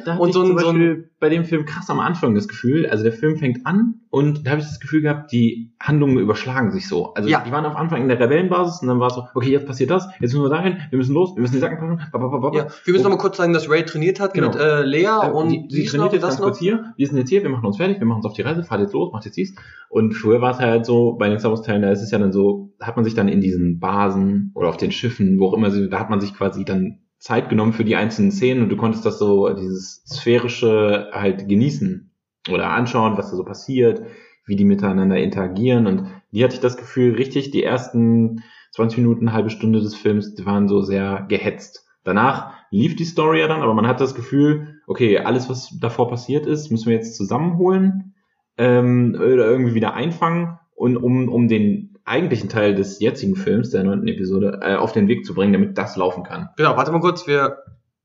S5: Also da, da hatte
S6: und
S5: ich
S6: so
S5: zum
S6: ein, so ein,
S5: Beispiel bei dem Film krass am Anfang das Gefühl, also der Film fängt an und da habe ich das Gefühl gehabt, die Handlungen überschlagen sich so. Also
S6: Ja.
S5: die waren am Anfang in der Rebellenbasis und dann war es so, okay, jetzt passiert das, jetzt müssen wir dahin, wir müssen los, wir müssen die Sachen packen, ba, ba, ba, ba, ba.
S6: ja, wir müssen noch mal kurz sagen, dass Ray trainiert hat
S5: Genau.
S6: mit äh, Lea
S5: Äh,
S6: und
S5: die, die
S6: dies
S5: trainiert
S6: noch,
S5: jetzt ganz kurz hier, wir sind jetzt hier, wir machen uns fertig, wir machen uns auf die Reise, fahrt jetzt los, macht jetzt dies. Und früher war es halt so, bei den Star Wars Teilen, da ist es ja dann so, hat man sich dann in diesen Basen oder auf den Schiffen, wo auch immer, sie- da hat man sich quasi dann Zeit genommen für die einzelnen Szenen und du konntest das so, dieses sphärische halt genießen oder anschauen, was da so passiert, wie die miteinander interagieren und die hatte ich das Gefühl, richtig, die ersten 20 Minuten, halbe Stunde des Films, die waren so sehr gehetzt. Danach lief die Story ja dann, aber man hat das Gefühl, okay, alles, was davor passiert ist, müssen wir jetzt zusammenholen ähm, oder irgendwie wieder einfangen und um, um den eigentlichen Teil des jetzigen Films, der neunten Episode, äh, auf den Weg zu bringen, damit das laufen kann.
S6: Genau, warte mal kurz, wir,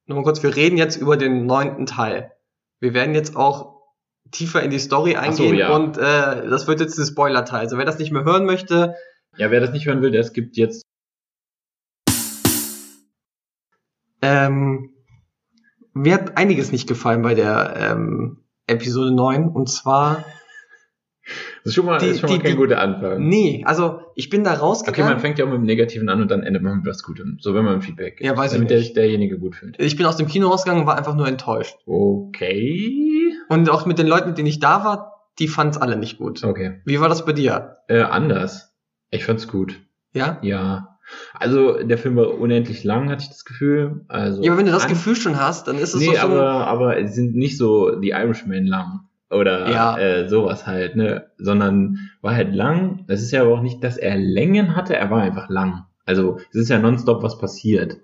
S6: noch mal kurz, wir reden jetzt über den neunten Teil. Wir werden jetzt auch tiefer in die Story
S5: Ach so,
S6: eingehen
S5: ja.
S6: und äh, das wird jetzt ein Spoiler-Teil. Also wer das nicht mehr hören möchte,
S5: Ja, wer das nicht hören will, der skippt jetzt.
S6: ähm, mir hat einiges nicht gefallen bei der ähm, Episode 9 und zwar,
S5: Das ist schon mal,
S6: Die-
S5: ist schon
S6: die-
S5: mal kein
S6: die-
S5: guter Anfang.
S6: nee, also ich bin da
S5: Okay, man
S6: rausgegangen.
S5: fängt ja auch mit dem Negativen an und dann endet man mit was Gutem. So, wenn man ein Feedback gibt.
S6: Ja, weiß ich
S5: damit
S6: nicht.
S5: Der, derjenige gut fühlt.
S6: ich bin aus dem Kino rausgegangen und war einfach nur enttäuscht.
S5: Okay.
S6: Und auch mit den Leuten, mit denen ich da war, die fanden es alle nicht gut.
S5: Okay.
S6: Wie war das bei dir?
S5: Äh, anders. Ich fand's gut.
S6: Ja?
S5: Ja. Also, der Film war unendlich lang, hatte ich das Gefühl. Also,
S6: Ja, aber wenn du das
S5: an-
S6: Gefühl schon hast, dann ist es
S5: Nee,
S6: doch schon...
S5: aber, aber es sind nicht so die Irishmen lang. Oder
S6: Ja.
S5: äh, sowas halt, ne? Sondern war halt lang. Es ist ja aber auch nicht, dass er Längen hatte, er war einfach lang. Also, es ist ja nonstop was passiert.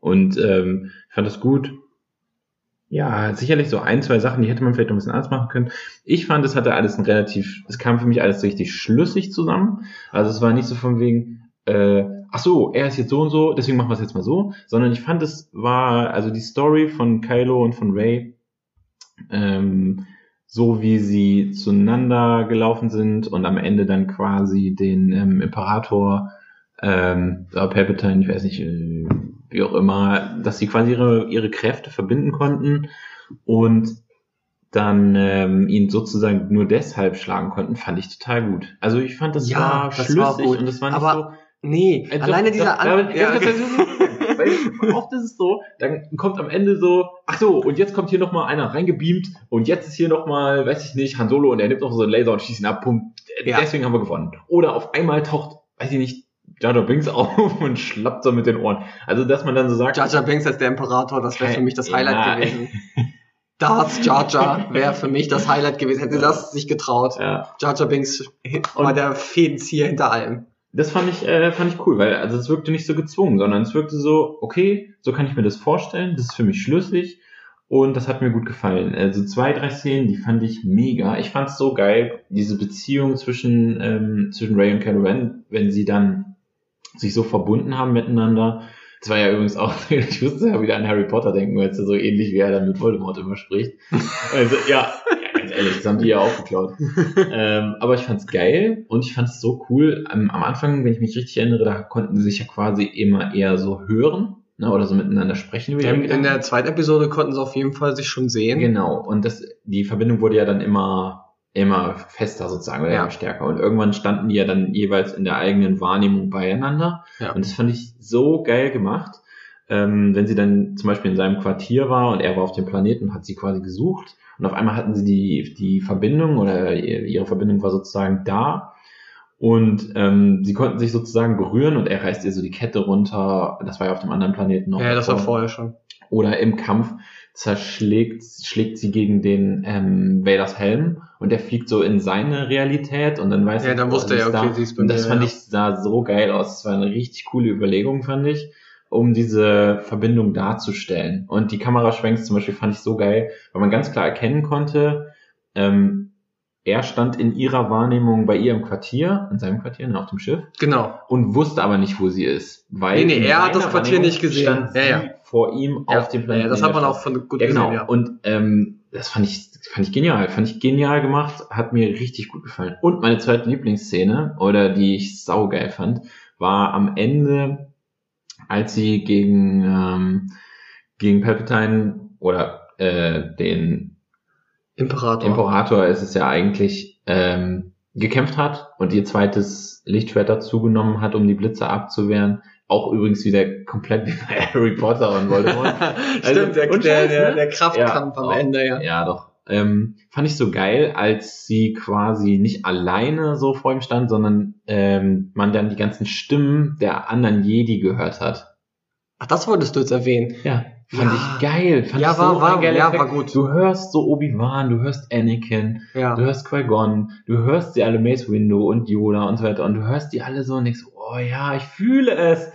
S5: Und ähm, ich fand das gut. Ja, sicherlich so ein, zwei Sachen, die hätte man vielleicht noch ein bisschen anders machen können. Ich fand, es hatte alles ein relativ, es kam für mich alles richtig schlüssig zusammen. Also es war nicht so von wegen, äh, ach so, er ist jetzt so und so, deswegen machen wir es jetzt mal so, sondern ich fand, es war, also die Story von Kylo und von Ray, ähm, so wie sie zueinander gelaufen sind und am Ende dann quasi den ähm, Imperator, ähm, äh, Palpatine, ich weiß nicht, äh, wie auch immer, dass sie quasi ihre, ihre Kräfte verbinden konnten und dann ähm, ihn sozusagen nur deshalb schlagen konnten, fand ich total gut. Also ich fand, das
S6: Ja,
S5: war
S6: das
S5: schlüssig
S6: war gut.
S5: und das war nicht
S6: Aber
S5: so,
S6: Nee,
S5: also,
S6: alleine
S5: das-
S6: dieser
S5: damit-
S6: An ja,
S5: ganz kurz,
S6: okay.
S5: das ist- Weil oft ist es so, dann kommt am Ende so, ach so, und jetzt kommt hier nochmal einer reingebeamt und jetzt ist hier nochmal, weiß ich nicht, Han Solo und er nimmt noch so einen Laser und schießt ihn ab, Punkt.
S6: Ja.
S5: Deswegen haben wir gewonnen. Oder auf einmal taucht, weiß ich nicht, Jar Jar Binks auf und schlappt so mit den Ohren. Also, dass man dann so sagt,
S6: Jar Jar Banks als der Imperator, das wäre für mich das
S5: Ja.
S6: Highlight gewesen. Darth Jar Jar wäre für mich das Highlight gewesen. Hätte das sich getraut.
S5: ja,
S6: Jar Jar Binks war
S5: Und-
S6: der Fädenzieher hinter allem.
S5: das fand ich, äh, fand ich cool, weil also es wirkte nicht so gezwungen, sondern es wirkte so, okay, so kann ich mir das vorstellen, das ist für mich schlüssig und das hat mir gut gefallen. Also zwei, drei Szenen, die fand ich mega. Ich fand es so geil, diese Beziehung zwischen, ähm, zwischen Ray und Kylo Ren, wenn sie dann sich so verbunden haben miteinander. Das war ja übrigens auch, ich musste ja wieder an Harry Potter denken, weil es ja so ähnlich wie er dann mit Voldemort immer spricht. Also, ja, ja, ganz ehrlich, das haben die ja auch geklaut. ähm, aber ich fand's geil und ich fand's so cool. Am, am Anfang, wenn ich mich richtig erinnere, da konnten sie sich ja quasi immer eher so hören. ne, oder so miteinander sprechen. über
S6: Wir
S5: ihre
S6: haben- In
S5: Gedanken.
S6: der zweiten Episode konnten sie auf jeden Fall sich schon sehen.
S5: Genau, und das, die Verbindung wurde ja dann immer, immer fester sozusagen oder
S6: Ja.
S5: immer stärker. Und irgendwann standen die ja dann jeweils in der eigenen Wahrnehmung beieinander.
S6: Ja.
S5: Und das fand ich so geil gemacht. Ähm, wenn sie dann zum Beispiel in seinem Quartier war und er war auf dem Planeten und hat sie quasi gesucht. Und auf einmal hatten sie die, die Verbindung oder ihr- ihre Verbindung war sozusagen da. Und ähm, sie konnten sich sozusagen berühren und er reißt ihr so die Kette runter. Das war ja auf dem anderen Planeten noch.
S6: Ja, das war
S5: davor
S6: vorher schon.
S5: oder im Kampf zerschlägt, schlägt sie gegen den ähm, Vaders Helm und der fliegt so in seine Realität und dann weiß
S6: Ja, dann
S5: oh,
S6: wusste
S5: sie
S6: er,
S5: ist
S6: okay,
S5: da.
S6: sie ist bei
S5: Und das
S6: mir,
S5: fand
S6: ja.
S5: ich sah so geil aus. Das war eine richtig coole Überlegung, fand ich, um diese Verbindung darzustellen. Und die Kameraschwenks zum Beispiel fand ich so geil, weil man ganz klar erkennen konnte, ähm, er stand in ihrer Wahrnehmung bei ihr im Quartier, in seinem Quartier, ne, auf dem Schiff
S6: Genau.
S5: und wusste aber nicht, wo sie ist. Weil
S6: Nee, nee,
S5: in
S6: er hat das
S5: seiner
S6: Quartier
S5: Wahrnehmung
S6: nicht gesehen.
S5: Stand
S6: Ja,
S5: sie
S6: ja.
S5: Vor ihm
S6: Ja,
S5: auf dem
S6: ja,
S5: Planeten.
S6: ja, das hat man
S5: der
S6: auch von gut
S5: ja, genau.
S6: gesehen, ja.
S5: Und ähm, das fand ich, fand ich genial. Fand ich genial gemacht, hat mir richtig gut gefallen. Und meine zweite Lieblingsszene, oder die ich saugeil fand, war am Ende, als sie gegen, ähm, gegen Palpatine oder äh, den
S6: Imperator.
S5: Imperator ist es ja eigentlich, ähm, gekämpft hat und ihr zweites Lichtschwert dazugenommen hat, um die Blitze abzuwehren. Auch übrigens wieder komplett wie bei Harry Potter und Voldemort.
S6: Stimmt, der,
S5: Also, und
S6: der,
S5: Scheiß,
S6: der,
S5: ne?
S6: der Kraftkampf
S5: Ja,
S6: am
S5: auch.
S6: Ende, ja.
S5: Ja, doch. Ähm, fand ich so geil, als sie quasi nicht alleine so vor ihm stand, sondern ähm, man dann die ganzen Stimmen der anderen Jedi gehört hat.
S6: Ach, das wolltest du jetzt erwähnen.
S5: Ja, fand
S6: Ja.
S5: ich geil. Fand
S6: Ja,
S5: ich
S6: war-
S5: so
S6: war-
S5: ein geiler
S6: ja,
S5: Effekt.
S6: war gut.
S5: Du hörst so Obi-Wan, du hörst Anakin,
S6: Ja.
S5: Du hörst Qui-Gon, du hörst die alle Mace Window und Yoda und so weiter und du hörst die alle so und denkst, oh ja, ich fühle es.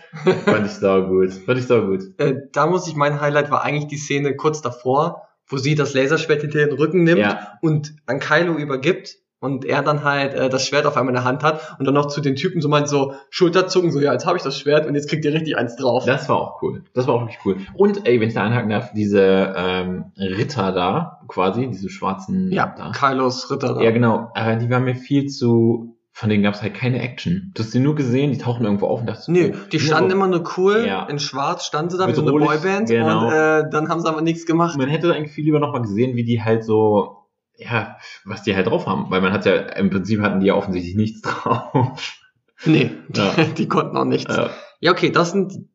S5: Fand ich sau gut. Fand ich sau gut.
S6: Äh, da muss ich, mein Highlight war eigentlich die Szene kurz davor, wo sie das Laserschwert hinter den Rücken nimmt
S5: Ja,
S6: und an Kylo übergibt und er dann halt äh, das Schwert auf einmal in der Hand hat und dann noch zu den Typen so meint so Schulterzucken so ja jetzt habe ich das Schwert und jetzt kriegt ihr richtig eins drauf.
S5: das war auch cool. Das war auch wirklich cool. Und ey, wenn ich da einhaken darf, diese ähm, Ritter da, quasi, diese schwarzen
S6: ja,
S5: da.
S6: Kylos Ritter. da.
S5: Ja, genau. Aber die waren mir viel zu. Von denen gab es halt keine Action. Du hast die nur gesehen, die tauchen irgendwo auf und dachtest,
S6: Nö,
S5: oh,
S6: die standen
S5: aber-
S6: immer nur cool,
S5: Ja.
S6: in schwarz standen sie da wie so eine
S5: Bedrohlich,
S6: Boyband
S5: genau.
S6: und äh, dann haben sie aber nichts gemacht.
S5: man hätte eigentlich viel lieber nochmal gesehen, wie die halt so, ja, was die halt drauf haben. Weil man hat ja, im Prinzip hatten die ja offensichtlich nichts drauf.
S6: Nee,
S5: Ja.
S6: die konnten auch nichts.
S5: Äh,
S6: Ja, okay, das sind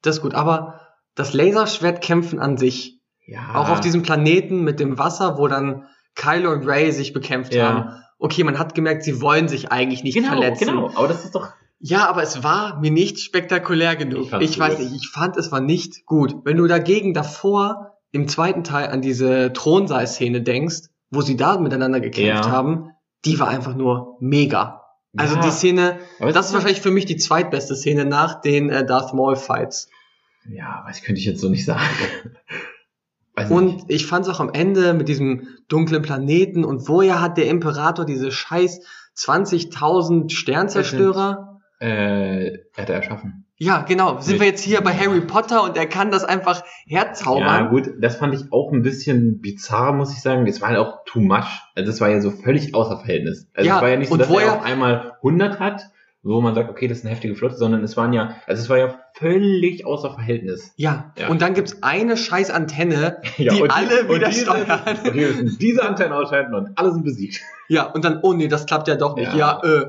S6: das ist gut, aber das Laserschwertkämpfen an sich,
S5: ja.
S6: auch auf diesem Planeten mit dem Wasser, wo dann Kylo und Ray sich bekämpft
S5: Ja.
S6: haben. Okay, man hat gemerkt, sie wollen sich eigentlich nicht
S5: genau,
S6: verletzen.
S5: Genau, aber das ist doch,
S6: Ja, aber es war mir nicht spektakulär
S5: Ich
S6: genug.
S5: fand's
S6: Ich, weiß
S5: gut.
S6: nicht, ich fand es war nicht gut. Wenn du dagegen davor im zweiten Teil an diese Thronsaal-Szene denkst, wo sie da miteinander gekämpft
S5: Ja.
S6: haben, die war einfach nur mega. Also
S5: ja,
S6: die Szene,
S5: aber
S6: das ist wahrscheinlich für mich die zweitbeste Szene nach den äh, Darth Maul-Fights.
S5: ja, weiß könnte ich jetzt so nicht sagen. Weiß
S6: Und
S5: nicht.
S6: ich fand es auch am Ende mit diesem dunklen Planeten und woher hat der Imperator diese scheiß 20.000 Sternzerstörer?
S5: äh, hat er erschaffen.
S6: Ja, genau. Sind
S5: Mit-
S6: wir jetzt hier bei Harry Potter und er kann das einfach
S5: Ja,
S6: herzaubern?
S5: gut, das fand ich auch ein bisschen bizarr, muss ich sagen. Es war halt auch too much. Also es war ja so völlig außer Verhältnis. Also
S6: Ja,
S5: es war ja nicht so,
S6: und
S5: dass
S6: woher-
S5: er auf einmal 100 hat, wo man sagt, okay, das ist eine heftige Flotte, sondern es waren ja, also es war ja völlig außer Verhältnis.
S6: Ja.
S5: Ja.
S6: Und dann gibt's eine scheiß Antenne,
S5: Ja,
S6: die alle wieder
S5: diese-
S6: steuern.
S5: Und wir müssen diese Antennen ausschalten und alle sind besiegt.
S6: Ja, und dann, oh nee, das klappt ja doch nicht. Ja,
S5: Ja.
S6: äh,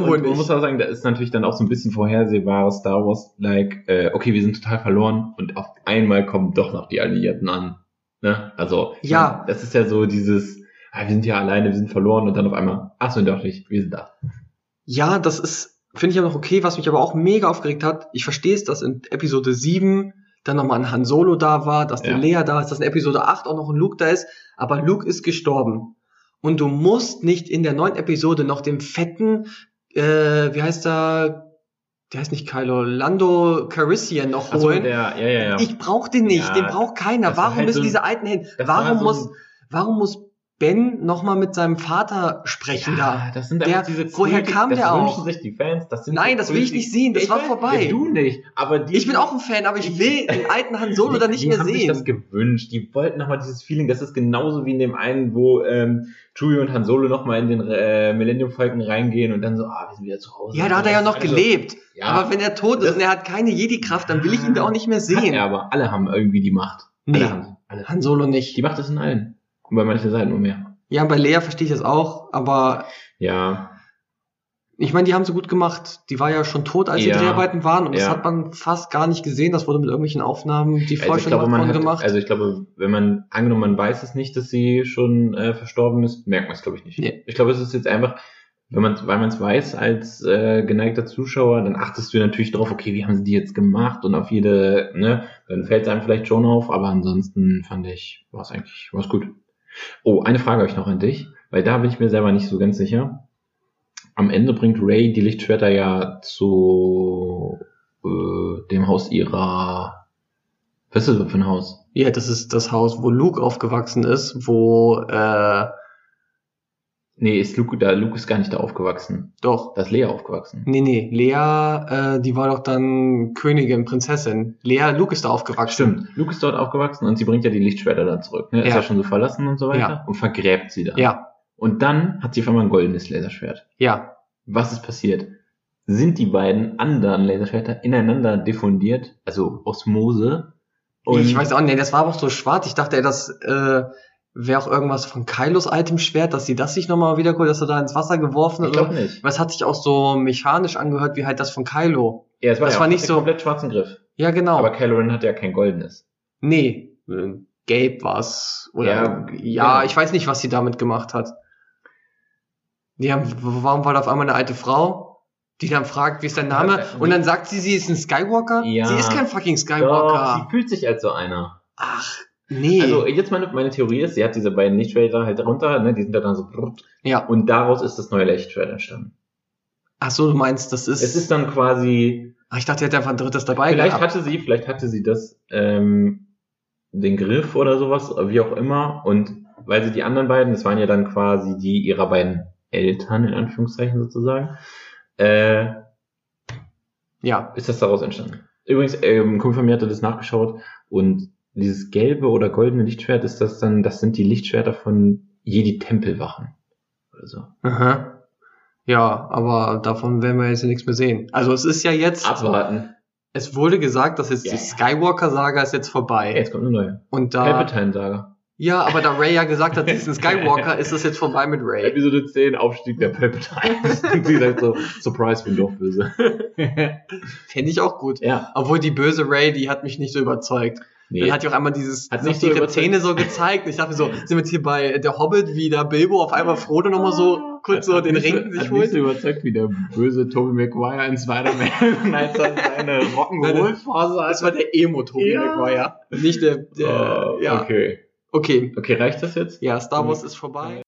S5: ja,
S6: wohl
S5: und man
S6: nicht?
S5: muss auch sagen, da ist natürlich dann auch so ein bisschen vorhersehbares Star Wars, like, äh, okay, wir sind total verloren und auf einmal kommen doch noch die Alliierten an. Ne? Also, ich
S6: Ja.
S5: meine, das ist ja so dieses, ah, wir sind ja alleine, wir sind verloren und dann auf einmal, ach so, doch nicht, wir sind da.
S6: Ja, das ist, finde ich aber noch okay, was mich aber auch mega aufgeregt hat. Ich verstehe es, dass in Episode 7 dann nochmal ein Han Solo da war, dass eine Leia da ist, dass in Episode 8 auch noch ein Luke da ist, aber Luke ist gestorben. Und du musst nicht in der neunten Episode noch dem fetten, äh, wie heißt er, der heißt nicht Kylo, Lando Carissian noch
S5: Ach so,
S6: holen.
S5: der, ja, ja, ja.
S6: Ich brauch den nicht,
S5: Ja,
S6: den braucht keiner.
S5: das war
S6: Warum
S5: halt
S6: müssen
S5: so ein-
S6: diese alten hin?
S5: Das war
S6: Warum
S5: so
S6: muss,
S5: ein-
S6: warum muss Ben nochmal mit seinem Vater sprechen
S5: Ja,
S6: darf.
S5: das sind
S6: Der-
S5: einfach diese
S6: woher
S5: Kulti-
S6: kam
S5: das
S6: der
S5: wünschen
S6: auch?
S5: sich die Fans. Das sind
S6: Nein,
S5: so
S6: das will ich
S5: Kulti-
S6: nicht sehen, das war
S5: weiß,
S6: vorbei.
S5: Ja, du nicht, aber die
S6: Ich bin auch ein Fan, aber ich will den alten Han Solo
S5: die,
S6: da nicht
S5: die
S6: mehr
S5: haben sich das
S6: sehen.
S5: gewünscht. Die wollten nochmal dieses Feeling. Das ist genauso wie in dem einen, wo ähm, Chewie und Han Solo nochmal in den äh, Millennium Falcon reingehen und dann so, ah, wir sind wieder zu Hause.
S6: Ja, da hat er ja noch
S5: Also,
S6: gelebt.
S5: Ja,
S6: Aber wenn er tot ist
S5: Das-
S6: und er hat keine Jedi-Kraft, dann will ich ihn da auch nicht mehr
S5: hat er
S6: sehen.
S5: aber alle haben irgendwie die Macht.
S6: Nee.
S5: Alle haben, alle.
S6: Han Solo nicht.
S5: Die Macht ist in allen. Und bei manchen Seiten nur mehr.
S6: Ja, bei Leia verstehe ich das auch, aber
S5: Ja,
S6: ich meine, die haben sie gut gemacht. Die war ja schon tot, als
S5: Ja.
S6: die Dreharbeiten waren und das
S5: Ja.
S6: hat man fast gar nicht gesehen. Das wurde mit irgendwelchen Aufnahmen, die
S5: also ich,
S6: vorher
S5: glaube,
S6: schon
S5: man
S6: davon
S5: hat,
S6: gemacht.
S5: also ich glaube, wenn man angenommen, man weiß es nicht, dass sie schon äh, verstorben ist, merkt man es, glaube ich, nicht.
S6: Nee.
S5: Ich glaube, es ist jetzt einfach, wenn man, weil man es weiß als äh, geneigter Zuschauer, dann achtest du natürlich drauf, okay, wie haben sie die jetzt gemacht und auf jede, ne, dann fällt es einem vielleicht schon auf, aber ansonsten fand ich, war es eigentlich, war es gut. Oh, eine Frage habe ich noch an dich, weil da bin ich mir selber nicht so ganz sicher. Am Ende bringt Ray die Lichtschwerter ja zu äh, dem Haus ihrer. Was ist das für ein Haus?
S6: ja, das ist das Haus, wo Luke aufgewachsen ist, wo äh,
S5: Nee, ist Luke da? Luke ist gar nicht da aufgewachsen.
S6: doch.
S5: Da ist Lea aufgewachsen.
S6: Nee, nee, Lea, äh, die war doch dann Königin, Prinzessin. Lea, Luke ist da aufgewachsen.
S5: Stimmt. Luke ist dort aufgewachsen und sie bringt ja die Lichtschwerter dann zurück. Ne? Ist
S6: Ja.
S5: ja schon so verlassen und so weiter.
S6: Ja.
S5: Und vergräbt sie dann.
S6: Ja,
S5: Und dann hat sie auf einmal ein goldenes Laserschwert.
S6: ja.
S5: Was ist passiert? Sind die beiden anderen Laserschwerter ineinander diffundiert? Also Osmose?
S6: ich weiß auch, nee, das war aber auch so schwarz. Ich dachte, das äh, wäre auch irgendwas von Kylos altem Schwert, dass sie das sich nochmal wiederholt, dass er da ins Wasser geworfen
S5: ich
S6: hat. oder-
S5: glaube nicht.
S6: Aber es hat sich auch so mechanisch angehört, wie halt das von Kylo.
S5: Ja, es war,
S6: Das
S5: ja
S6: war
S5: auch-
S6: nicht
S5: hat
S6: so-
S5: einen komplett schwarzen Griff.
S6: Ja, genau.
S5: Aber Kylo Ren hat ja kein goldenes.
S6: nee, äh, gelb war's. Oder ja,
S5: Ja,
S6: ja,
S5: genau.
S6: ich weiß nicht, was sie damit gemacht hat. Die haben, w- warum war da auf einmal eine alte Frau, die dann fragt, wie ist dein Name?
S5: Äh, äh,
S6: Und dann sagt sie, sie ist ein Skywalker?
S5: Ja.
S6: Sie ist kein fucking
S5: Doch,
S6: Skywalker.
S5: sie fühlt sich als so einer.
S6: Ach, nee.
S5: Also jetzt meine, meine Theorie ist, sie hat diese beiden Lichtschwerter halt runter, ne, die sind da dann so brrrt,
S6: ja.
S5: und daraus ist das neue Lichtschwert entstanden.
S6: Ach so, du meinst, das ist.
S5: Es ist dann quasi,
S6: ach, ich dachte, er hätte einfach ein drittes dabei
S5: vielleicht
S6: gehabt.
S5: hatte sie, vielleicht hatte sie das, ähm, den Griff oder sowas, wie auch immer, und weil sie die anderen beiden, das waren ja dann quasi die ihrer beiden Eltern, in Anführungszeichen sozusagen, äh,
S6: ja.
S5: ist das daraus entstanden. Übrigens, ähm, ein Kumpel von mir hatte das nachgeschaut und dieses gelbe oder goldene Lichtschwert ist das dann, das sind die Lichtschwerter von Jedi-Tempelwachen. Oder so.
S6: Aha. Ja, aber davon werden wir jetzt nichts mehr sehen. Also es ist ja jetzt.
S5: Abwarten.
S6: Es wurde gesagt, dass jetzt
S5: Ja,
S6: die
S5: ja.
S6: Skywalker-Saga ist jetzt vorbei.
S5: Ey, jetzt kommt eine neue.
S6: Und da.
S5: Palpatine-Saga.
S6: Ja, aber da Ray ja gesagt hat, sie ist ein Skywalker, ist das jetzt vorbei mit Ray.
S5: Episode 10, Aufstieg der Palpatine. und sie sagt so, Surprise, bin doch böse.
S6: Fände ich auch gut.
S5: ja.
S6: Obwohl die böse Ray, die hat mich nicht so überzeugt.
S5: Nee.
S6: Dann hat die auch einmal dieses
S5: Hat
S6: noch
S5: nicht so
S6: ihre
S5: überzeugt.
S6: Zähne so gezeigt. Ich dachte mir so, sind wir jetzt hier bei der Hobbit, wie der Bilbo auf einmal Frodo nochmal so kurz so
S5: Hat
S6: den
S5: mich so-
S6: Ring sich
S5: hat mich
S6: holt.
S5: so überzeugt wie der böse Tobey Maguire in Spider-Man, als er seine Rock'n'Roll-Phase
S6: Das
S5: hat.
S6: war der Emo Tobi
S5: Ja.
S6: Maguire. Nicht der, der
S5: Oh,
S6: ja.
S5: Okay. Mhm.
S6: Okay.
S5: Okay, reicht das jetzt?
S6: Ja, Star Wars ist vorbei.